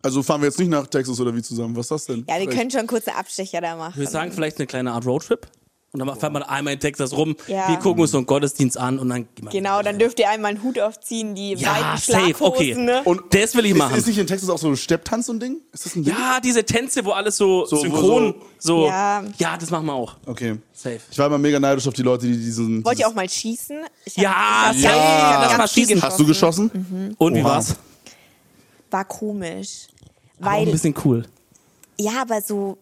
Speaker 1: also fahren wir jetzt nicht nach Texas oder wie zusammen? Was ist das denn?
Speaker 3: Ja, wir
Speaker 1: Vielleicht-
Speaker 3: können schon kurze Abstecher da
Speaker 2: Ich
Speaker 3: machen.
Speaker 2: würde sagen, vielleicht eine kleine Art Roadtrip. Und dann fährt man einmal in Texas rum.
Speaker 3: Ja.
Speaker 2: Wir gucken uns so einen Gottesdienst an und dann gehen wir.
Speaker 3: Genau, dann dürft ihr einmal einen Hut aufziehen, die
Speaker 2: Ja,
Speaker 3: weiten
Speaker 2: safe,
Speaker 3: Schlaghosen.
Speaker 2: okay.
Speaker 3: Ne?
Speaker 2: Und das will ich
Speaker 1: Ist-
Speaker 2: machen.
Speaker 1: Ist nicht in Texas auch so Stepptanz so ein Ding? Ist das ein Ding?
Speaker 2: ja, diese Tänze, wo alles Mhm. so,
Speaker 1: So, wo
Speaker 2: synchron, so,
Speaker 3: Ja.
Speaker 2: ja. das machen wir auch.
Speaker 1: Okay.
Speaker 2: Safe.
Speaker 1: Ich war immer mega neidisch auf die Leute, die diesen.
Speaker 3: Wollt ihr auch mal schießen? Ich
Speaker 2: Ja,
Speaker 3: ich
Speaker 2: ja,
Speaker 3: ganz-
Speaker 2: lass
Speaker 3: ganz
Speaker 2: mal
Speaker 3: viel
Speaker 2: schießen.
Speaker 1: Hast du geschossen?
Speaker 3: Mhm.
Speaker 2: Und wie
Speaker 1: Oha.
Speaker 2: war's?
Speaker 3: War komisch.
Speaker 2: Auch ein
Speaker 3: Weil,
Speaker 2: bisschen cool.
Speaker 3: ja, aber so,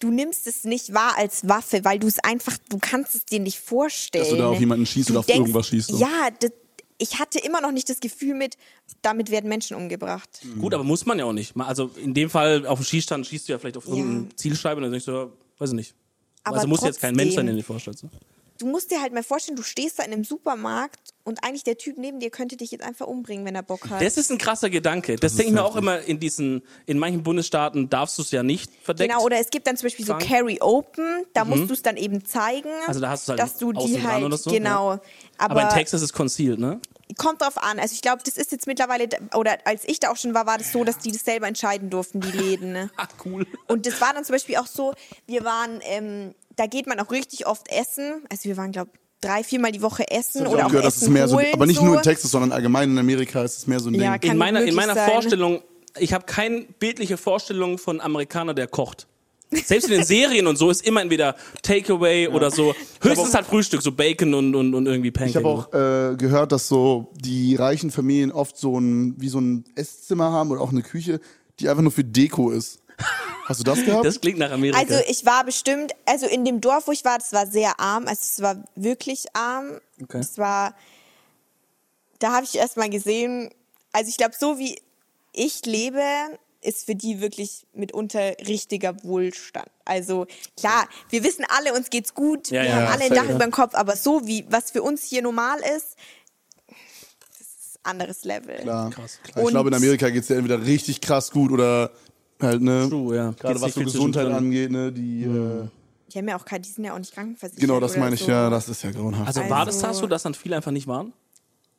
Speaker 3: du nimmst es nicht wahr als Waffe, weil du es einfach, du kannst es dir nicht vorstellen.
Speaker 1: Dass du da auf jemanden schießt
Speaker 3: Du
Speaker 1: oder auf
Speaker 3: denkst-
Speaker 1: irgendwas schießt. so.
Speaker 3: Ja, das, ich hatte immer noch nicht das Gefühl mit, damit werden Menschen umgebracht.
Speaker 2: Mhm. Gut, aber muss man ja auch nicht. Mal- Also in dem Fall auf dem Schießstand schießt du ja vielleicht auf irgendeine Zielscheibe und dann denkst du, ja, weiß ich nicht.
Speaker 3: Aber
Speaker 2: also muss jetzt kein Mensch sein,
Speaker 3: trotzdem.
Speaker 2: den du vorstellst. ne? so.
Speaker 3: Du musst dir halt mal vorstellen, du stehst da in einem Supermarkt und eigentlich der Typ neben dir könnte dich jetzt einfach umbringen, wenn er Bock hat.
Speaker 2: Das ist ein krasser Gedanke. Das, denke ich mir auch immer in diesen, in manchen Bundesstaaten darfst du es ja nicht verdeckt.
Speaker 3: Genau, oder es gibt dann zum Beispiel so
Speaker 2: Fragen?
Speaker 3: Carry Open, da musst du es dann eben zeigen,
Speaker 2: Mhm. Also da hast du's halt
Speaker 3: dass du
Speaker 2: außen
Speaker 3: die
Speaker 2: dran
Speaker 3: halt,
Speaker 2: oder so,
Speaker 3: genau.
Speaker 2: aber,
Speaker 3: Aber,
Speaker 2: in Texas ist es concealed, ne?
Speaker 3: kommt drauf an, also ich glaube, das ist jetzt mittlerweile, oder als ich da auch schon war, war das so, dass die das selber entscheiden durften, die Läden. ne?
Speaker 2: Ah, cool.
Speaker 3: Und das war dann zum Beispiel auch so, wir waren, ähm, da geht man auch richtig oft essen, also wir waren, glaube drei, viermal die Woche essen
Speaker 1: Ich
Speaker 3: oder
Speaker 1: hab
Speaker 3: auch
Speaker 1: gehört, das ist
Speaker 3: essen
Speaker 1: mehr so,
Speaker 3: holen,
Speaker 1: aber nicht
Speaker 3: so.
Speaker 1: nur in Texas, sondern allgemein in Amerika ist es mehr so ein Ding.
Speaker 3: Ja, Kann
Speaker 2: in meiner, in
Speaker 3: möglich
Speaker 2: meiner
Speaker 3: sein.
Speaker 2: Vorstellung, ich habe keine bildliche Vorstellung von Amerikaner, der kocht. Selbst in den Serien und so ist immer entweder Takeaway oder so. Höchstens halt Frühstück, so Bacon und, und, und irgendwie Pancake.
Speaker 1: Ich habe auch äh, gehört, dass so die reichen Familien oft so ein, wie so ein Esszimmer haben oder auch eine Küche, die einfach nur für Deko ist. Hast du das gehabt?
Speaker 2: das klingt nach Amerika.
Speaker 3: Also ich war bestimmt, also in dem Dorf, wo ich war, das war sehr arm. Also es war wirklich arm.
Speaker 2: Okay.
Speaker 3: Es war, da habe ich erst mal gesehen, also ich glaube, so wie ich lebe, ist für die wirklich mitunter richtiger Wohlstand. Also klar, wir wissen alle, uns geht's gut,
Speaker 2: Ja,
Speaker 3: wir
Speaker 2: ja,
Speaker 3: haben alle ein Dach
Speaker 1: safe.
Speaker 3: über dem Kopf, aber so wie, was für uns hier normal ist, das ist ein anderes Level.
Speaker 1: ja.
Speaker 2: Krass.
Speaker 1: Ich
Speaker 3: Und-
Speaker 1: glaube, in Amerika geht es dir entweder richtig krass gut oder halt, ne?
Speaker 2: True, ja.
Speaker 1: Gerade
Speaker 2: Geht's
Speaker 1: was
Speaker 2: nicht
Speaker 1: für
Speaker 2: viel
Speaker 1: Gesundheit
Speaker 2: zwischendrin.
Speaker 1: angeht, ne? Die, äh,
Speaker 3: Die haben ja auch keine, die sind ja auch nicht krankenversichert.
Speaker 1: genau, das
Speaker 3: oder
Speaker 1: meine ich,
Speaker 3: so.
Speaker 1: ja, das ist ja grauenhaft.
Speaker 2: also war das
Speaker 3: also-
Speaker 2: das so, dass dann viele einfach nicht waren?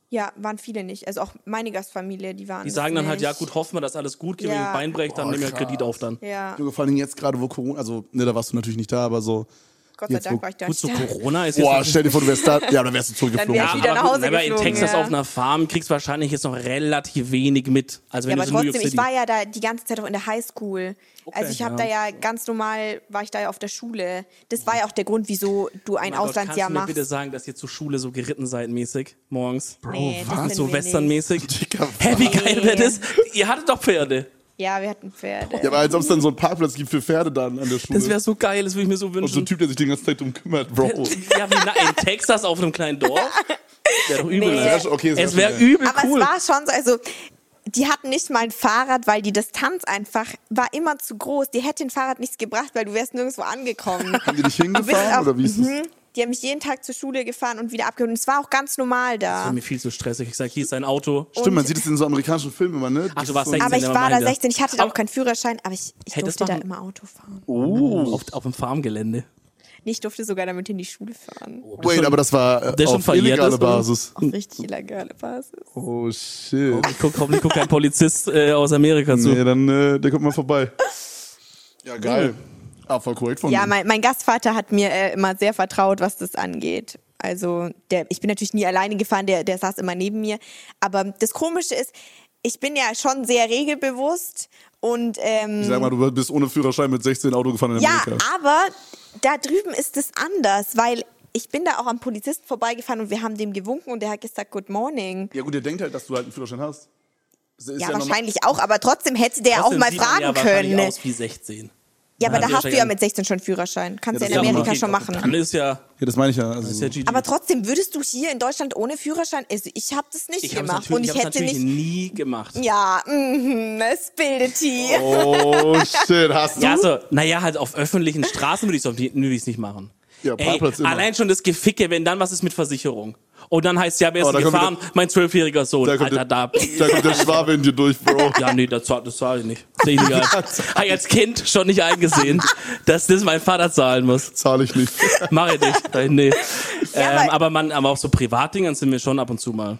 Speaker 3: Ja, waren viele nicht. Also auch meine Gastfamilie, die waren.
Speaker 2: Die
Speaker 3: das
Speaker 2: sagen dann halt,
Speaker 3: nicht.
Speaker 2: ja gut, hoffen wir, dass alles gut geht, wenn
Speaker 3: Ja.
Speaker 2: ihr ein Bein brecht, dann
Speaker 1: Boah,
Speaker 2: nehmen wir
Speaker 1: krass.
Speaker 2: Kredit auf dann.
Speaker 3: Ja,
Speaker 1: Junge, vor allem jetzt gerade, wo Corona, also, ne, da warst du natürlich nicht da, aber so.
Speaker 3: Gott sei
Speaker 1: jetzt,
Speaker 3: Dank
Speaker 1: wo-
Speaker 3: war ich da
Speaker 2: Gut, so
Speaker 3: nicht. da.
Speaker 2: Corona ist jetzt...
Speaker 1: Boah,
Speaker 2: natürlich-
Speaker 1: stell dir vor, du wärst da, ja, dann wärst du zurückgeflogen.
Speaker 3: wär ich wieder
Speaker 2: aber
Speaker 3: nach
Speaker 2: gut,
Speaker 3: Hause
Speaker 2: wenn wir in
Speaker 3: geflogen,
Speaker 2: Texas
Speaker 3: ja.
Speaker 2: auf einer Farm kriegst du wahrscheinlich jetzt noch relativ wenig mit. Also
Speaker 3: Ja,
Speaker 2: wenn
Speaker 3: aber
Speaker 2: du so in New York
Speaker 3: trotzdem, ich
Speaker 2: City.
Speaker 3: war ja da die ganze Zeit auch in der Highschool. also ich habe
Speaker 2: ja.
Speaker 3: da ja ganz normal, war ich da ja auf der Schule. Das war ja auch der Grund, wieso du ein
Speaker 2: Oh Mein Gott,
Speaker 3: Auslandsjahr
Speaker 2: kannst du mir
Speaker 3: machst.
Speaker 2: bitte sagen, dass ihr zur Schule so geritten seid mäßig morgens?
Speaker 3: Nee, das sind
Speaker 2: so
Speaker 3: wir nicht.
Speaker 2: westernmäßig?
Speaker 1: Digga,
Speaker 2: Hä, wie geil wäre
Speaker 3: Nee.
Speaker 2: das? Ihr hattet doch Pferde.
Speaker 3: Ja, wir hatten Pferde.
Speaker 1: Ja, aber als ob es dann so einen Parkplatz gibt für Pferde dann an der Schule.
Speaker 2: Das wäre so geil, das würde ich mir so
Speaker 1: Und so ein
Speaker 2: wünschen.
Speaker 1: Typ, der sich den ganzen Tag drum kümmert, Bro.
Speaker 2: ja, wie na, in Texas auf einem kleinen Dorf? Wäre doch übel.
Speaker 3: Nee.
Speaker 2: Alter.
Speaker 1: Das wär- okay, das wär
Speaker 2: es wäre
Speaker 1: schon geil.
Speaker 2: übel
Speaker 3: aber
Speaker 2: cool.
Speaker 3: es war schon so, also die hatten nicht mal ein Fahrrad, weil die Distanz einfach war immer zu groß. Die hätte ein Fahrrad nichts gebracht, weil du wärst nirgendwo angekommen.
Speaker 1: Haben die dich hingefahren oder wie ist das?
Speaker 3: Mhm. Die haben mich jeden Tag zur Schule gefahren und wieder abgeholt. Und es war auch ganz normal da.
Speaker 2: mir viel zu stressig. Ich sag, hier ist dein Auto.
Speaker 1: Stimmt, man sieht es in so amerikanischen Filmen immer, ne?
Speaker 2: Ach, du warst
Speaker 1: so ein-
Speaker 3: Aber ich
Speaker 2: Ja,
Speaker 3: war da
Speaker 2: meinte.
Speaker 3: 16, ich hatte da auch
Speaker 2: Aber-
Speaker 3: keinen Führerschein, aber ich, ich
Speaker 2: Hey, das
Speaker 3: durfte da
Speaker 2: machen-
Speaker 3: immer Auto fahren. Oh.
Speaker 2: Auf, auf dem Farmgelände.
Speaker 3: Nee, ich durfte sogar damit in die Schule fahren.
Speaker 1: Wait, aber das war äh,
Speaker 2: der schon
Speaker 1: auf
Speaker 2: verjährt
Speaker 1: illegale
Speaker 2: ist, oder?
Speaker 1: Basis.
Speaker 3: Auf richtig illegale Basis.
Speaker 1: Oh, shit.
Speaker 2: Ich guck, hoffentlich guckt kein Polizist äh, aus Amerika zu.
Speaker 1: Nee, dann äh, der kommt mal vorbei. Ja, geil. Ah, voll korrekt von
Speaker 3: Ja,
Speaker 1: mir.
Speaker 3: mein, mein Gastvater hat mir äh, immer sehr vertraut, was das angeht. Also der, ich bin natürlich nie alleine gefahren, der, der saß immer neben mir. Aber das Komische ist, ich bin ja schon sehr regelbewusst und ähm,
Speaker 1: Ich sag mal, du bist ohne Führerschein mit 16 Auto gefahren in
Speaker 3: ja,
Speaker 1: Amerika.
Speaker 2: ah.
Speaker 3: aber da drüben ist es anders, weil ich bin da auch am Polizisten vorbeigefahren und wir haben dem gewunken und der hat gesagt Good Morning.
Speaker 1: Ja, gut, ihr denkt halt, dass du halt einen Führerschein hast. Ist
Speaker 3: Ja,
Speaker 1: normal-
Speaker 3: wahrscheinlich auch, aber trotzdem hätte der
Speaker 2: Trotzdem
Speaker 3: auch mal
Speaker 2: sieht man
Speaker 3: fragen
Speaker 2: ja wahrscheinlich
Speaker 3: können. ne?
Speaker 2: aus wie 16.
Speaker 3: Ja, aber
Speaker 2: Dann
Speaker 3: da
Speaker 2: hat
Speaker 3: hast du ja mit 16 schon Führerschein. Kannst
Speaker 1: Ja,
Speaker 3: ja,
Speaker 1: das
Speaker 3: in
Speaker 1: ist ja
Speaker 3: Amerika
Speaker 1: okay.
Speaker 3: schon
Speaker 2: Dann
Speaker 3: machen.
Speaker 2: ist ja,
Speaker 1: Ja, das meine ich ja. Also,
Speaker 2: ist ja GG.
Speaker 3: Aber trotzdem würdest du hier in Deutschland ohne Führerschein. Also ich habe das nicht
Speaker 2: ich habe
Speaker 3: gemacht
Speaker 2: natürlich,
Speaker 3: und
Speaker 2: ich
Speaker 3: ich
Speaker 2: hab's
Speaker 3: hätte
Speaker 2: natürlich
Speaker 3: nicht.
Speaker 2: nie gemacht.
Speaker 3: Ja, mhm, es bildet hier.
Speaker 1: oh shit, hast du?
Speaker 2: Ja, also, naja, halt auf öffentlichen Straßen würde ich es nicht machen.
Speaker 1: Ja,
Speaker 2: Ey,
Speaker 1: Parkplatz immer.
Speaker 2: allein schon das Geficke, wenn dann was ist mit Versicherung. Und dann heißt ja, wer ist
Speaker 1: Oh, da kommt
Speaker 2: gefahren? Mein zwölfjähriger Sohn.
Speaker 1: da, kommt
Speaker 2: Alter, da.
Speaker 1: der, da kommt der Schwabe in dir durch, Bro.
Speaker 2: Ja, nee, das zahle das zahl ich nicht. Ist eh egal. Habe ich als Kind schon nicht eingesehen, dass das mein Vater zahlen muss.
Speaker 1: Zahle ich nicht.
Speaker 2: Mach ich nicht. Äh, Nee. ähm,
Speaker 3: aber-
Speaker 2: aber, man, aber auch so Privatdingern sind wir schon ab und zu mal ein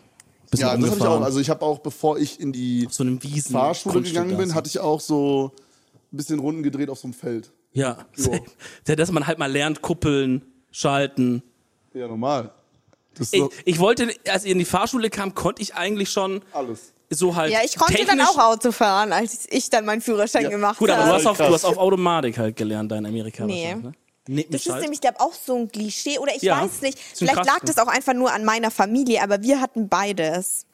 Speaker 1: Ja,
Speaker 2: bisschen
Speaker 1: das habe ich
Speaker 2: rumgefahren.
Speaker 1: auch. Also ich habe auch, bevor ich in die
Speaker 2: so einem Wiesen.
Speaker 1: Fahrschule
Speaker 2: Grundstück
Speaker 1: gegangen
Speaker 2: da
Speaker 1: bin,
Speaker 2: so.
Speaker 1: hatte ich auch so ein bisschen Runden gedreht auf so einem Feld.
Speaker 2: Ja.
Speaker 1: Ja.
Speaker 2: ja. Dass man halt mal lernt, kuppeln, schalten.
Speaker 1: Ja, normal. Das ist
Speaker 2: Ich,
Speaker 1: doch
Speaker 2: ich wollte, als ich in die Fahrschule kam, konnte ich eigentlich schon
Speaker 1: alles.
Speaker 2: so halt.
Speaker 3: Ja, ich konnte dann
Speaker 2: technisch-
Speaker 3: auch Auto fahren, als ich dann meinen Führerschein
Speaker 1: Ja,
Speaker 3: gemacht
Speaker 2: Gut, aber du
Speaker 3: habe.
Speaker 2: hast, auf, du
Speaker 1: Krass.
Speaker 2: hast auf Automatik halt gelernt, da in Amerika.
Speaker 3: Nee.
Speaker 2: wahrscheinlich, Ne? Nee,
Speaker 3: Das
Speaker 2: nicht
Speaker 3: ist
Speaker 2: halt.
Speaker 3: nämlich, glaube auch so ein Klischee. Oder ich
Speaker 2: Ja,
Speaker 3: weiß nicht,
Speaker 2: ist ein
Speaker 3: vielleicht
Speaker 2: krass-
Speaker 3: lag das auch einfach nur an meiner Familie, aber wir hatten beides.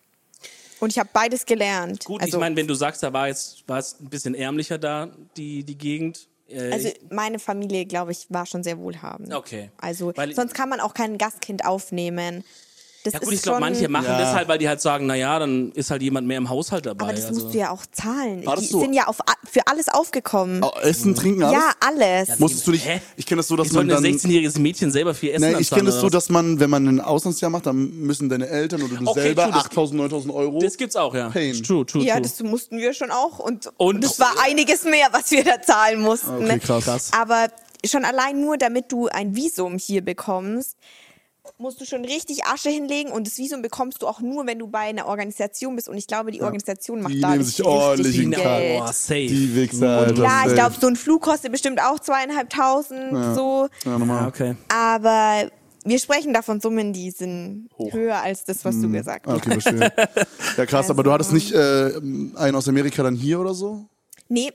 Speaker 3: Und ich habe beides gelernt.
Speaker 2: Gut,
Speaker 3: also,
Speaker 2: ich meine, wenn du sagst, da war jetzt war es ein bisschen ärmlicher da, die, die Gegend. Äh,
Speaker 3: also
Speaker 2: ich-
Speaker 3: meine Familie, glaube ich, war schon sehr wohlhabend.
Speaker 2: Okay.
Speaker 3: Also
Speaker 2: Weil-
Speaker 3: sonst kann man auch kein Gastkind aufnehmen. Das
Speaker 2: ja, gut,
Speaker 3: ist
Speaker 2: ich glaube,
Speaker 3: schon,
Speaker 2: manche machen
Speaker 1: Ja.
Speaker 2: das halt, weil die halt sagen, naja, dann ist halt jemand mehr im Haushalt dabei.
Speaker 3: Aber das
Speaker 2: also.
Speaker 3: musst du ja auch zahlen.
Speaker 1: War das
Speaker 3: Die
Speaker 1: so?
Speaker 3: sind ja auf, a- für alles aufgekommen.
Speaker 1: Oh, Essen, trinken, alles?
Speaker 3: Ja, alles.
Speaker 1: Musstest du nicht.
Speaker 2: Hä?
Speaker 1: Ich kenne das so, dass
Speaker 2: Ich
Speaker 1: man
Speaker 2: sollte ein
Speaker 1: dann.
Speaker 2: 16-jähriges Mädchen selber viel Essen
Speaker 1: Nee, ich
Speaker 2: anzahlen
Speaker 1: kenne das
Speaker 2: oder
Speaker 1: so,
Speaker 2: was?
Speaker 1: dass man, wenn man ein Auslandsjahr macht, dann müssen deine Eltern oder du
Speaker 2: Okay,
Speaker 1: selber
Speaker 2: true, das-
Speaker 1: 8.000, 9.000 Euro.
Speaker 2: Das gibt's auch, ja.
Speaker 1: Pain.
Speaker 2: True, true,
Speaker 3: ja,
Speaker 2: true.
Speaker 3: das mussten wir schon auch. Und,
Speaker 2: Und-
Speaker 3: und es war einiges mehr, was wir da zahlen mussten.
Speaker 1: Okay,
Speaker 3: ne?
Speaker 1: krass. Krass.
Speaker 3: Aber schon allein nur, damit du ein Visum hier bekommst, musst du schon richtig Asche hinlegen. Und das Visum bekommst du auch nur, wenn du bei einer Organisation bist. Und ich glaube, die Organisation macht
Speaker 1: Die
Speaker 3: da
Speaker 1: nehmen
Speaker 3: richtig
Speaker 1: sich ordentlich
Speaker 3: viel
Speaker 1: in Kragen.
Speaker 3: Geld.
Speaker 2: Boah, Oh, safe.
Speaker 1: Die Wichser, Alter.
Speaker 3: Ja, ich
Speaker 1: safe.
Speaker 3: glaube, so ein Flug kostet bestimmt auch zweieinhalbtausend, so.
Speaker 1: ja, normal.
Speaker 2: Ja, okay.
Speaker 3: Aber wir sprechen da von Summen, die sind höher als das, was
Speaker 2: Mhm.
Speaker 3: du gesagt
Speaker 1: Ah,
Speaker 3: hast.
Speaker 1: Okay, verstehe. Ja,
Speaker 2: Also,
Speaker 1: krass, aber du
Speaker 2: ähm,
Speaker 1: hattest nicht äh, einen aus Amerika dann hier oder so?
Speaker 3: Nee,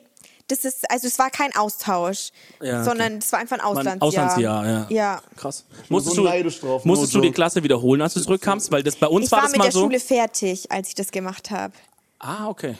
Speaker 3: das ist, also es war kein Austausch,
Speaker 2: Ja, okay.
Speaker 3: sondern es war einfach ein
Speaker 2: Mein
Speaker 3: Auslandsjahr.
Speaker 2: Auslandsjahr, ja.
Speaker 3: Ja.
Speaker 2: Krass. Musstest,
Speaker 1: so
Speaker 2: du,
Speaker 1: neidisch drauf,
Speaker 2: musstest
Speaker 1: no
Speaker 2: du die
Speaker 1: joke.
Speaker 2: Klasse wiederholen, als du zurückkamst? Weil das bei uns
Speaker 3: Ich war
Speaker 2: das
Speaker 3: mit
Speaker 2: mal
Speaker 3: der
Speaker 2: so.
Speaker 3: Schule fertig, als ich das gemacht habe.
Speaker 2: Ah, okay.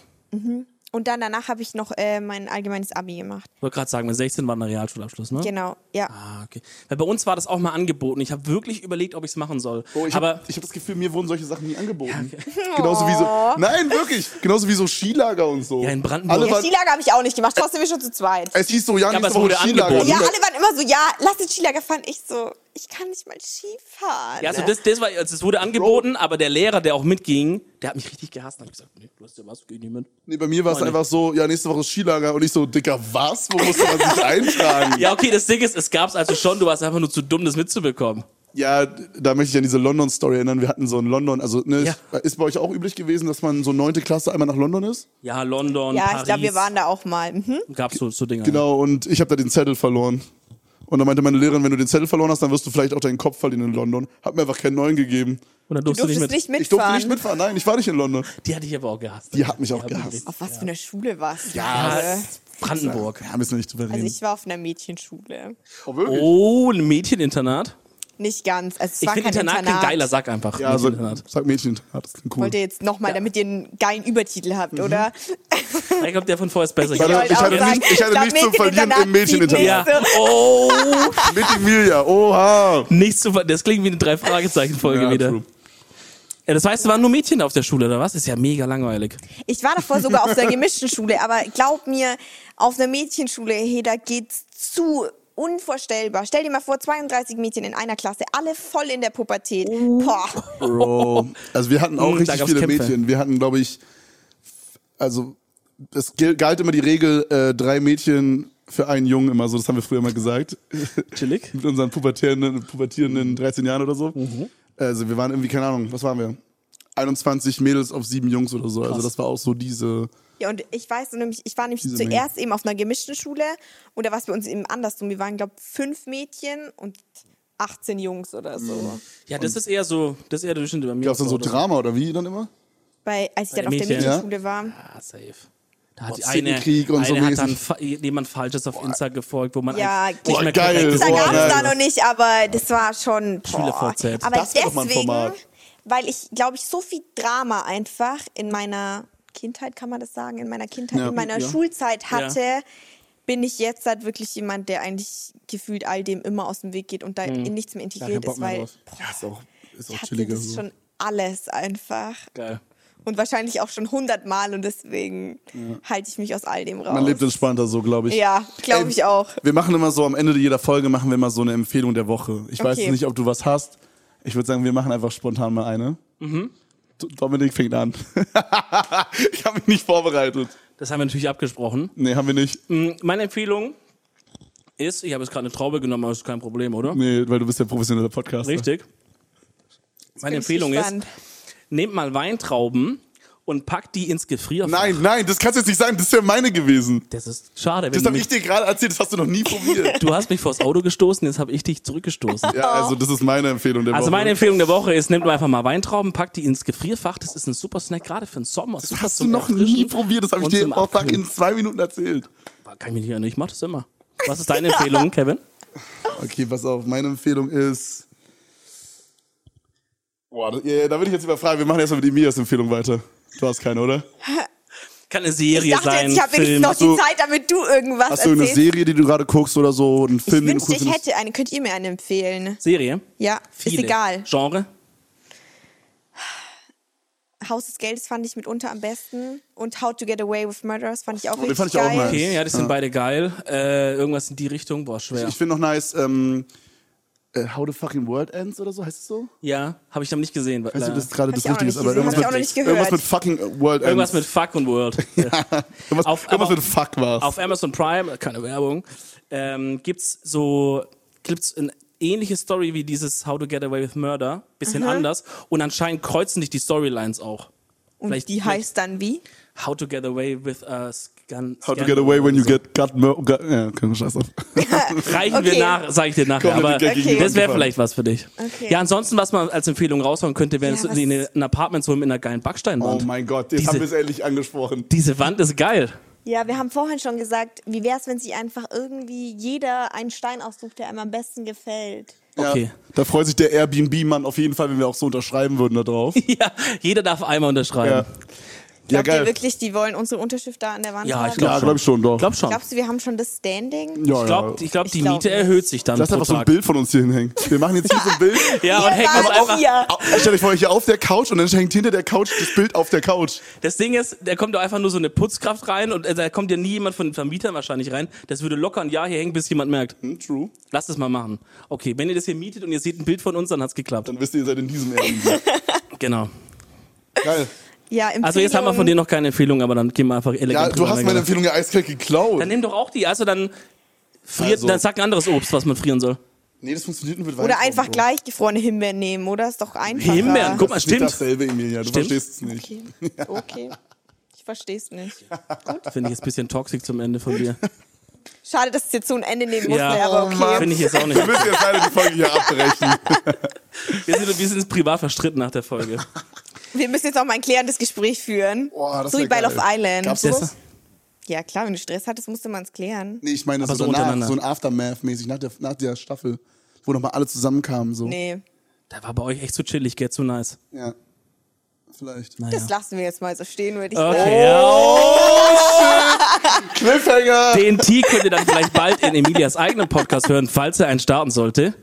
Speaker 3: Und dann danach habe ich noch äh, mein allgemeines Abi gemacht.
Speaker 2: Ich wollte gerade sagen, mit 16 war ein Realschulabschluss, ne?
Speaker 3: Genau, ja.
Speaker 2: Ah, okay. Weil bei uns war das auch mal angeboten. Ich habe wirklich überlegt, ob ich es machen soll.
Speaker 1: Oh, ich
Speaker 2: aber
Speaker 1: habe hab das Gefühl, mir wurden solche Sachen nie angeboten. Genauso wie so. Nein, wirklich. Genauso wie so Skilager und so.
Speaker 2: Oh. Ja, in Brandenburg.
Speaker 1: Alle
Speaker 3: Ja,
Speaker 1: waren,
Speaker 3: Skilager habe ich auch nicht gemacht, trotzdem wir schon zu zweit.
Speaker 1: es hieß so, ja,
Speaker 2: aber es
Speaker 1: nächste Woche
Speaker 2: wurde
Speaker 1: Skilager.
Speaker 2: angeboten.
Speaker 3: Ja,
Speaker 1: Und
Speaker 3: alle waren immer so, ja, lass den Skilager fahren. Ich so, ich kann nicht mal Skifahren.
Speaker 2: ja, also das, das, war, also das wurde angeboten, aber der Lehrer, der auch mitging, der hat mich richtig gehasst. Da hab ich gesagt, nee, du hast ja was, geh nicht mit.
Speaker 1: Nee, bei mir war es
Speaker 2: Freunde.
Speaker 1: einfach so, ja, nächste Woche ist Skilager. Und ich so, Dicker, was? Wo musste man sich eintragen?
Speaker 2: Ja, okay, das Ding ist, es gab's also schon, du warst einfach nur zu dumm, das mitzubekommen.
Speaker 1: Ja, da möchte ich an diese London-Story erinnern. Wir hatten so in London, also ne,
Speaker 2: Ja.
Speaker 1: ist bei euch auch üblich gewesen, dass man so neunte Klasse einmal nach London ist?
Speaker 2: Ja, London,
Speaker 3: ja
Speaker 2: Paris.
Speaker 3: ich glaube, wir waren da auch mal. Mhm.
Speaker 2: Gab's so, so Dinge.
Speaker 1: Genau, und ich habe da den Zettel verloren. Und dann meinte meine Lehrerin, wenn du den Zettel verloren hast, dann wirst du vielleicht auch deinen Kopf verlieren in London. Hat mir einfach keinen neuen gegeben.
Speaker 2: Und dann
Speaker 3: Du
Speaker 2: durfst du,
Speaker 3: durftest
Speaker 2: nicht mit.
Speaker 3: nicht,
Speaker 1: Ich durfte
Speaker 3: mitfahren.
Speaker 1: nicht mitfahren, nein, ich war nicht in London.
Speaker 2: Die hatte ich aber auch gehasst.
Speaker 1: Die hat mich auch gehasst.
Speaker 3: Auf was für eine Schule warst du?
Speaker 1: Ja,
Speaker 3: Äh,
Speaker 2: Brandenburg.
Speaker 1: Ja, müssen wir nicht drüber
Speaker 3: Also
Speaker 1: reden.
Speaker 3: ich war auf einer Mädschenschule.
Speaker 1: oh, wirklich?
Speaker 2: Oh, ein Mädcheninternat.
Speaker 3: Nicht ganz. Also es
Speaker 2: Ich
Speaker 3: war
Speaker 2: finde
Speaker 3: kein
Speaker 2: Internat,
Speaker 3: Internat.
Speaker 2: kein geiler Sack einfach.
Speaker 1: ja, also,
Speaker 2: Mädcheninternat.
Speaker 1: sag Mädchen, ja, das klingt cool.
Speaker 3: Wollt ihr jetzt nochmal, damit ihr einen geilen Übertitel habt, oder?
Speaker 2: Ich glaube, der von vorher ist besser.
Speaker 3: Ich
Speaker 1: Mhm. Warte,
Speaker 3: wollte
Speaker 1: ich
Speaker 3: auch
Speaker 1: hatte
Speaker 3: sagen,
Speaker 1: nicht- ich hatte
Speaker 3: glaub,
Speaker 1: nichts zu verlieren im Mädcheninternat.
Speaker 3: Mädcheninternat
Speaker 2: ja.
Speaker 3: zieht nicht so.
Speaker 2: Oh,
Speaker 1: Mit Emilia, oha!
Speaker 2: nichts zu ver- Das klingt wie eine Drei-Fragezeichen-Folge
Speaker 1: Ja,
Speaker 2: wieder.
Speaker 1: true.
Speaker 2: Ja, das heißt, es waren nur Mädchen auf der Schule, oder was? Ist ja mega langweilig.
Speaker 3: Ich war davor sogar auf der gemischten Schule, aber glaub mir, auf einer Mädchenschule, hey, da geht's zu unvorstellbar. Stell dir mal vor, 32 Mädchen in einer Klasse, alle voll in der Pubertät.
Speaker 1: Oh.
Speaker 3: Boah.
Speaker 1: Bro. Also wir hatten auch
Speaker 2: Mm, da
Speaker 1: richtig
Speaker 2: gab's
Speaker 1: viele
Speaker 2: Kämpfe.
Speaker 1: Mädchen. Wir hatten, glaube ich, also es gel- galt immer die Regel, äh, drei Mädchen für einen Jungen immer so, das haben wir früher immer gesagt.
Speaker 2: Chillig.
Speaker 1: Mit unseren pubertierenden, pubertierenden 13 Jahren oder so. Also wir waren irgendwie, keine Ahnung, was waren wir? 21 Mädels auf sieben Jungs oder so. Also das war auch so diese.
Speaker 3: Ja, und ich weiß nämlich, ich war nämlich
Speaker 1: Diese Menge.
Speaker 3: zuerst eben auf einer gemischten Schule und da war es bei uns eben andersrum. Wir waren, glaube ich, fünf Mädchen und 18 Jungs oder so.
Speaker 1: Mhm.
Speaker 2: Ja, das ist eher so, das ist eher der Durchschnitt bei mir.
Speaker 1: Gab es dann so
Speaker 2: Oder
Speaker 1: Drama oder wie dann immer?
Speaker 3: Bei, als ich dann
Speaker 2: Bei
Speaker 3: auf der
Speaker 2: Mädchen.
Speaker 3: Mädchenschule war.
Speaker 2: Ah, safe. Da hat
Speaker 1: Boah,
Speaker 2: eine,
Speaker 1: Sittenkrieg und so
Speaker 2: eine hat dann
Speaker 1: mäßig.
Speaker 2: fa- jemand Falsches auf Insta gefolgt, wo man
Speaker 3: Ja,
Speaker 2: eigentlich
Speaker 3: Boah,
Speaker 2: nicht mehr
Speaker 1: geil.
Speaker 2: korrekt
Speaker 3: Da
Speaker 1: Boah,
Speaker 3: gab es
Speaker 1: nein.
Speaker 3: da noch nicht, aber das war schon. Boah.
Speaker 2: Schüler-VZ.
Speaker 3: Aber
Speaker 1: Das wär doch mal ein
Speaker 3: deswegen,
Speaker 1: Format.
Speaker 3: weil ich, glaube ich, so viel Drama einfach in meiner Kindheit, kann man das sagen, in meiner Kindheit,
Speaker 1: Ja.
Speaker 3: in meiner
Speaker 1: Ja.
Speaker 3: Schulzeit hatte, bin ich jetzt halt wirklich jemand, der eigentlich gefühlt all dem immer aus dem Weg geht und da in nichts mehr
Speaker 1: Ja, kein
Speaker 3: integriert
Speaker 1: Bock
Speaker 3: ist,
Speaker 1: mehr
Speaker 3: weil
Speaker 1: drauf. Ja, ist auch, ist auch
Speaker 3: ich hatte
Speaker 1: chilliger.
Speaker 3: das
Speaker 1: So.
Speaker 3: schon alles einfach.
Speaker 2: Geil.
Speaker 3: Und wahrscheinlich auch schon hundertmal und deswegen halte ich mich aus all dem raus.
Speaker 1: Man lebt entspannter so, glaube ich.
Speaker 3: Ja, glaube ich auch.
Speaker 1: Wir machen immer so, am Ende jeder Folge machen wir immer so eine Empfehlung der Woche. Ich weiß
Speaker 3: Okay.
Speaker 1: nicht, ob du was hast. Ich würde sagen, wir machen einfach spontan mal eine. D- Dominik fängt an. ich habe mich nicht vorbereitet.
Speaker 2: Das haben wir natürlich abgesprochen.
Speaker 1: Nee, haben wir nicht.
Speaker 2: Mm, Meine Empfehlung ist, ich habe jetzt gerade eine Traube genommen, aber ist kein Problem, oder?
Speaker 1: Nee, weil du bist ja professioneller Podcaster.
Speaker 2: Richtig. Meine
Speaker 3: Bin ich
Speaker 2: Empfehlung ist,
Speaker 3: gespannt.
Speaker 2: nehmt mal Weintrauben und packt die ins Gefrierfach.
Speaker 1: Nein, nein, das kannst du jetzt nicht sagen. Das ist ja meine gewesen.
Speaker 2: Das ist schade. Wenn
Speaker 1: Das
Speaker 2: du,
Speaker 1: habe
Speaker 2: mich,
Speaker 1: ich dir gerade erzählt. Das hast du noch nie probiert.
Speaker 2: du hast mich vors Auto gestoßen, jetzt habe ich dich zurückgestoßen.
Speaker 1: ja, also das ist meine Empfehlung der
Speaker 2: Also
Speaker 1: Woche.
Speaker 2: meine Empfehlung der Woche ist, nehmt einfach mal Weintrauben, packt die ins Gefrierfach. Das ist ein super Snack, gerade für den Sommer.
Speaker 1: das hast du noch nie probiert. Das habe ich dir im Auftrag in zwei Minuten erzählt.
Speaker 2: Kann ich mich nicht erinnern, ich mache das immer. Was ist deine Empfehlung, Kevin?
Speaker 1: Okay, pass auf. Meine Empfehlung ist. Boah, da, ja, da bin ich jetzt überfragt. Wir machen erstmal mit Emias Empfehlung weiter. Du hast keine, oder?
Speaker 2: Kann eine Serie
Speaker 3: Ich dachte
Speaker 2: sein,
Speaker 3: jetzt, ich habe wenigstens
Speaker 2: Film.
Speaker 3: noch
Speaker 1: so-
Speaker 3: die Zeit, damit du irgendwas
Speaker 1: Hast du eine
Speaker 3: erzählst.
Speaker 1: Serie, die du gerade guckst oder so? Einen
Speaker 3: Ich
Speaker 1: Film, den du
Speaker 3: wünschte,
Speaker 1: cool
Speaker 3: ich
Speaker 1: findest?
Speaker 3: hätte eine. Könnt ihr mir eine empfehlen?
Speaker 2: Serie?
Speaker 3: Ja,
Speaker 2: Viele.
Speaker 3: ist egal.
Speaker 2: Genre?
Speaker 3: Haus des Geldes fand ich mitunter am besten. Und How to Get Away with Murders fand ich auch
Speaker 1: den
Speaker 3: richtig
Speaker 1: fand ich auch
Speaker 3: geil.
Speaker 1: nice.
Speaker 2: Okay, ja, das sind beide geil. Äh, irgendwas in die Richtung, boah, schwer.
Speaker 1: Ich finde noch nice, ähm, äh, How the Fucking World Ends oder so, heißt es so?
Speaker 2: ja, habe ich noch nicht gesehen.
Speaker 1: Ich weiß nicht, ob
Speaker 2: leider.
Speaker 1: das gerade
Speaker 3: Hab
Speaker 1: das
Speaker 3: ich auch noch
Speaker 1: Richtige ist,
Speaker 3: nicht
Speaker 1: aber
Speaker 3: gesehen,
Speaker 1: irgendwas
Speaker 3: hab ich
Speaker 1: mit,
Speaker 3: auch noch nicht gehört.
Speaker 1: irgendwas mit Fucking World Ends.
Speaker 2: Irgendwas mit Fuck und World. Ja.
Speaker 1: irgendwas,
Speaker 2: auf-
Speaker 1: irgendwas
Speaker 2: aber-
Speaker 1: mit Fuck war's.
Speaker 2: Auf Amazon Prime, keine Werbung, ähm, gibt's so gibt's eine ähnliche Story wie dieses How to Get Away with Murder, bisschen anders. Und anscheinend kreuzen dich die Storylines auch.
Speaker 3: Und die heißt dann wie?
Speaker 2: How to Get Away with a Scan.
Speaker 1: How to get away when you
Speaker 2: Also-
Speaker 1: get got mur- got- Ja, können wir scheiß auf.
Speaker 2: Reichen
Speaker 3: Okay.
Speaker 2: wir nach, sage ich dir nachher.
Speaker 1: Komm,
Speaker 2: aber
Speaker 1: mit der
Speaker 3: gegen die
Speaker 2: das
Speaker 1: Wand
Speaker 2: wäre
Speaker 1: gefahren.
Speaker 2: vielleicht was für dich.
Speaker 3: Okay.
Speaker 2: Ja, ansonsten, was man als Empfehlung raushauen könnte, wäre
Speaker 3: Ja,
Speaker 2: so
Speaker 3: was-
Speaker 2: eine, ein Apartment so mit einer geilen
Speaker 1: Oh
Speaker 2: Backsteinwand.
Speaker 1: mein Gott, jetzt
Speaker 2: Diese-
Speaker 1: haben wir es endlich angesprochen.
Speaker 2: Diese Wand ist geil.
Speaker 3: Ja, wir haben vorhin schon gesagt, wie wäre es, wenn sich einfach irgendwie jeder einen Stein aussucht, der einem am besten gefällt.
Speaker 2: Okay.
Speaker 1: Ja, da freut sich der Airbnb-Mann auf jeden Fall, wenn wir auch so unterschreiben würden da drauf.
Speaker 2: Ja, jeder darf einmal
Speaker 1: Ja,
Speaker 2: unterschreiben.
Speaker 1: ja
Speaker 3: Glaubt ihr
Speaker 1: geil.
Speaker 3: wirklich, die wollen unsere Unterschrift da an der Wand
Speaker 2: Ja,
Speaker 3: haben?
Speaker 2: ich
Speaker 1: Ja, glaube ich schon, doch.
Speaker 2: Ich glaube schon.
Speaker 3: Glaubst du, wir haben schon das Standing?
Speaker 1: ja,
Speaker 2: Ich glaube, ich glaub,
Speaker 3: Ich
Speaker 2: die
Speaker 3: glaub
Speaker 2: Miete
Speaker 3: nicht.
Speaker 2: erhöht sich dann.
Speaker 1: Lass
Speaker 2: pro
Speaker 1: einfach so ein
Speaker 2: Tag.
Speaker 1: Bild von uns hier hinhängen. Wir machen jetzt hier so ein Bild.
Speaker 2: Ja,
Speaker 3: Ihr
Speaker 2: und hängt das
Speaker 3: wart
Speaker 2: einfach.
Speaker 3: hier.
Speaker 1: Au, Stellt euch vor, hier auf der Couch und dann hängt hinter der Couch das Bild auf der Couch.
Speaker 2: Das Ding ist, da kommt doch einfach nur so eine Putzkraft rein und äh, da kommt ja nie jemand von den Vermietern wahrscheinlich rein. Das würde locker ein Jahr hier hängen, bis jemand merkt.
Speaker 1: Hm, True.
Speaker 2: Lass das mal machen. Okay, wenn ihr das hier mietet und ihr seht ein Bild von uns, dann hat's geklappt.
Speaker 1: Dann wisst ihr, ihr seid in diesem Airbnb.
Speaker 2: Genau.
Speaker 1: Geil.
Speaker 3: Ja,
Speaker 2: Also jetzt haben wir von dir noch keine Empfehlung, aber dann gehen wir einfach elegant.
Speaker 1: Ja, du
Speaker 2: drüber
Speaker 1: hast
Speaker 2: weg,
Speaker 1: meine
Speaker 2: oder?
Speaker 1: Empfehlung ja eiskalt
Speaker 2: Dann
Speaker 1: geklaut.
Speaker 2: nimm doch auch die. Also dann friert,
Speaker 1: Also.
Speaker 2: dann sag ein anderes Obst, was man frieren soll.
Speaker 1: Nee, das funktioniert nur mit
Speaker 3: Oder
Speaker 1: Weintrauben,
Speaker 3: einfach
Speaker 1: Bro.
Speaker 3: gleich gefrorene Himbeeren nehmen, oder? Ist doch einfacher.
Speaker 2: Himbeeren, guck mal,
Speaker 1: Das ist nicht
Speaker 2: stimmt.
Speaker 1: dasselbe, Emilia. Du
Speaker 2: Stimmt.
Speaker 1: verstehst es nicht.
Speaker 3: Okay. okay. Ich verstehe es nicht.
Speaker 2: Finde ich jetzt ein bisschen toxisch zum Ende von dir.
Speaker 3: Schade, dass es jetzt so ein Ende nehmen musste,
Speaker 2: Ja.
Speaker 3: aber okay.
Speaker 2: Finde ich jetzt auch nicht.
Speaker 1: Wir müssen jetzt leider die Folge hier abbrechen.
Speaker 2: Wir sind, wir sind privat verstritten nach der Folge.
Speaker 3: Wir müssen jetzt auch mal ein klärendes Gespräch führen.
Speaker 1: Boah, das
Speaker 3: so wie
Speaker 1: wär
Speaker 3: bei
Speaker 1: geil.
Speaker 3: Love Island.
Speaker 1: Gab's sowas?
Speaker 3: Ja, klar, wenn du Stress hattest, musste man es klären.
Speaker 1: Nee, ich meine, das
Speaker 2: Aber so
Speaker 1: so danach,
Speaker 2: untereinander.
Speaker 1: so ein Aftermath-mäßig, nach der, nach der Staffel, wo nochmal alle zusammenkamen. So.
Speaker 3: Nee,
Speaker 2: Da war bei euch echt zu chillig, gell? Zu nice.
Speaker 1: Ja. Vielleicht.
Speaker 2: Naja.
Speaker 3: das lassen wir jetzt mal so stehen, würde ich sagen.
Speaker 2: Okay,
Speaker 1: Oh.
Speaker 2: ja.
Speaker 1: Cliffhanger!
Speaker 2: Den Tee könnt ihr dann vielleicht bald in Emilias eigenen Podcast hören, falls er einen starten sollte.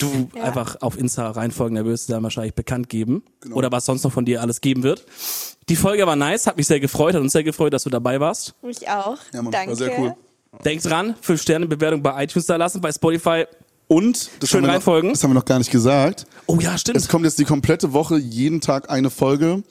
Speaker 2: Du einfach auf Insta reinfolgen, da wirst du dann wahrscheinlich bekannt geben.
Speaker 1: Genau.
Speaker 2: Oder was sonst noch von dir alles geben wird. Die Folge war nice, hat mich sehr gefreut, hat uns sehr gefreut, dass du dabei warst.
Speaker 3: Mich auch.
Speaker 1: Ja, Mann,
Speaker 3: Danke.
Speaker 1: war sehr cool.
Speaker 2: Denkt dran, 5-Sterne-Bewertung bei iTunes da lassen, bei Spotify und
Speaker 1: Das
Speaker 2: schön
Speaker 1: haben wir
Speaker 2: reinfolgen.
Speaker 1: Noch, das haben wir noch gar nicht gesagt.
Speaker 2: oh ja, stimmt.
Speaker 1: Es kommt jetzt die komplette Woche, jeden Tag eine Folge.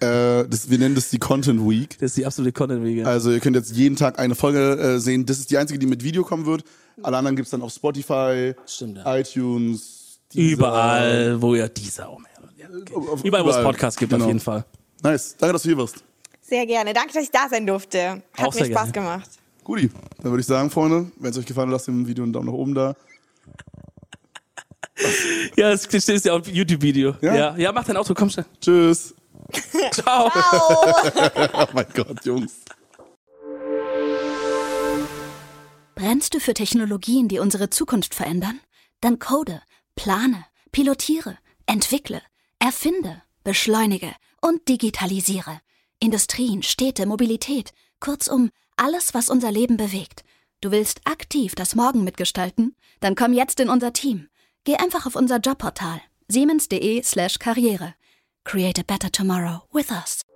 Speaker 1: Äh, das, wir nennen das die Content Week.
Speaker 2: Das ist die absolute Content-Wege.
Speaker 1: Also ihr könnt jetzt jeden Tag eine Folge äh, sehen. Das ist die einzige, die mit Video kommen wird. Alle anderen gibt's dann auf Spotify,
Speaker 2: Stimmt, ja.
Speaker 1: iTunes. Deezer.
Speaker 2: Überall, wo ihr dieser auch mehr. Ja, okay.
Speaker 1: Auf- auf-
Speaker 2: Überall, wo es
Speaker 1: ähm, überall.
Speaker 2: Podcasts gibt,
Speaker 1: Genau.
Speaker 2: auf jeden Fall.
Speaker 1: Nice, danke, dass du hier warst.
Speaker 3: Sehr gerne. Danke, dass ich da sein durfte. Hat
Speaker 2: Auch
Speaker 3: mir
Speaker 2: sehr
Speaker 3: Spaß
Speaker 2: gerne.
Speaker 3: gemacht.
Speaker 1: Guti, dann würde ich sagen, Freunde, wenn es euch gefallen hat, lasst dem Video einen Daumen nach oben da.
Speaker 2: Ja, das ist ja auf YouTube-Video.
Speaker 1: Ja?
Speaker 2: Ja? Ja. mach dein Auto, komm schnell.
Speaker 1: Tschüss.
Speaker 2: Ciao.
Speaker 1: Oh mein Gott, Jungs.
Speaker 4: Brennst du für Technologien, die unsere Zukunft verändern? Dann code, plane, pilotiere, entwickle, erfinde, beschleunige und digitalisiere. Industrien, Städte, Mobilität, kurzum, alles, was unser Leben bewegt. Du willst aktiv das Morgen mitgestalten? Dann komm jetzt in unser Team. Geh einfach auf unser Jobportal siemens.de slash karriere. Create a better tomorrow with us.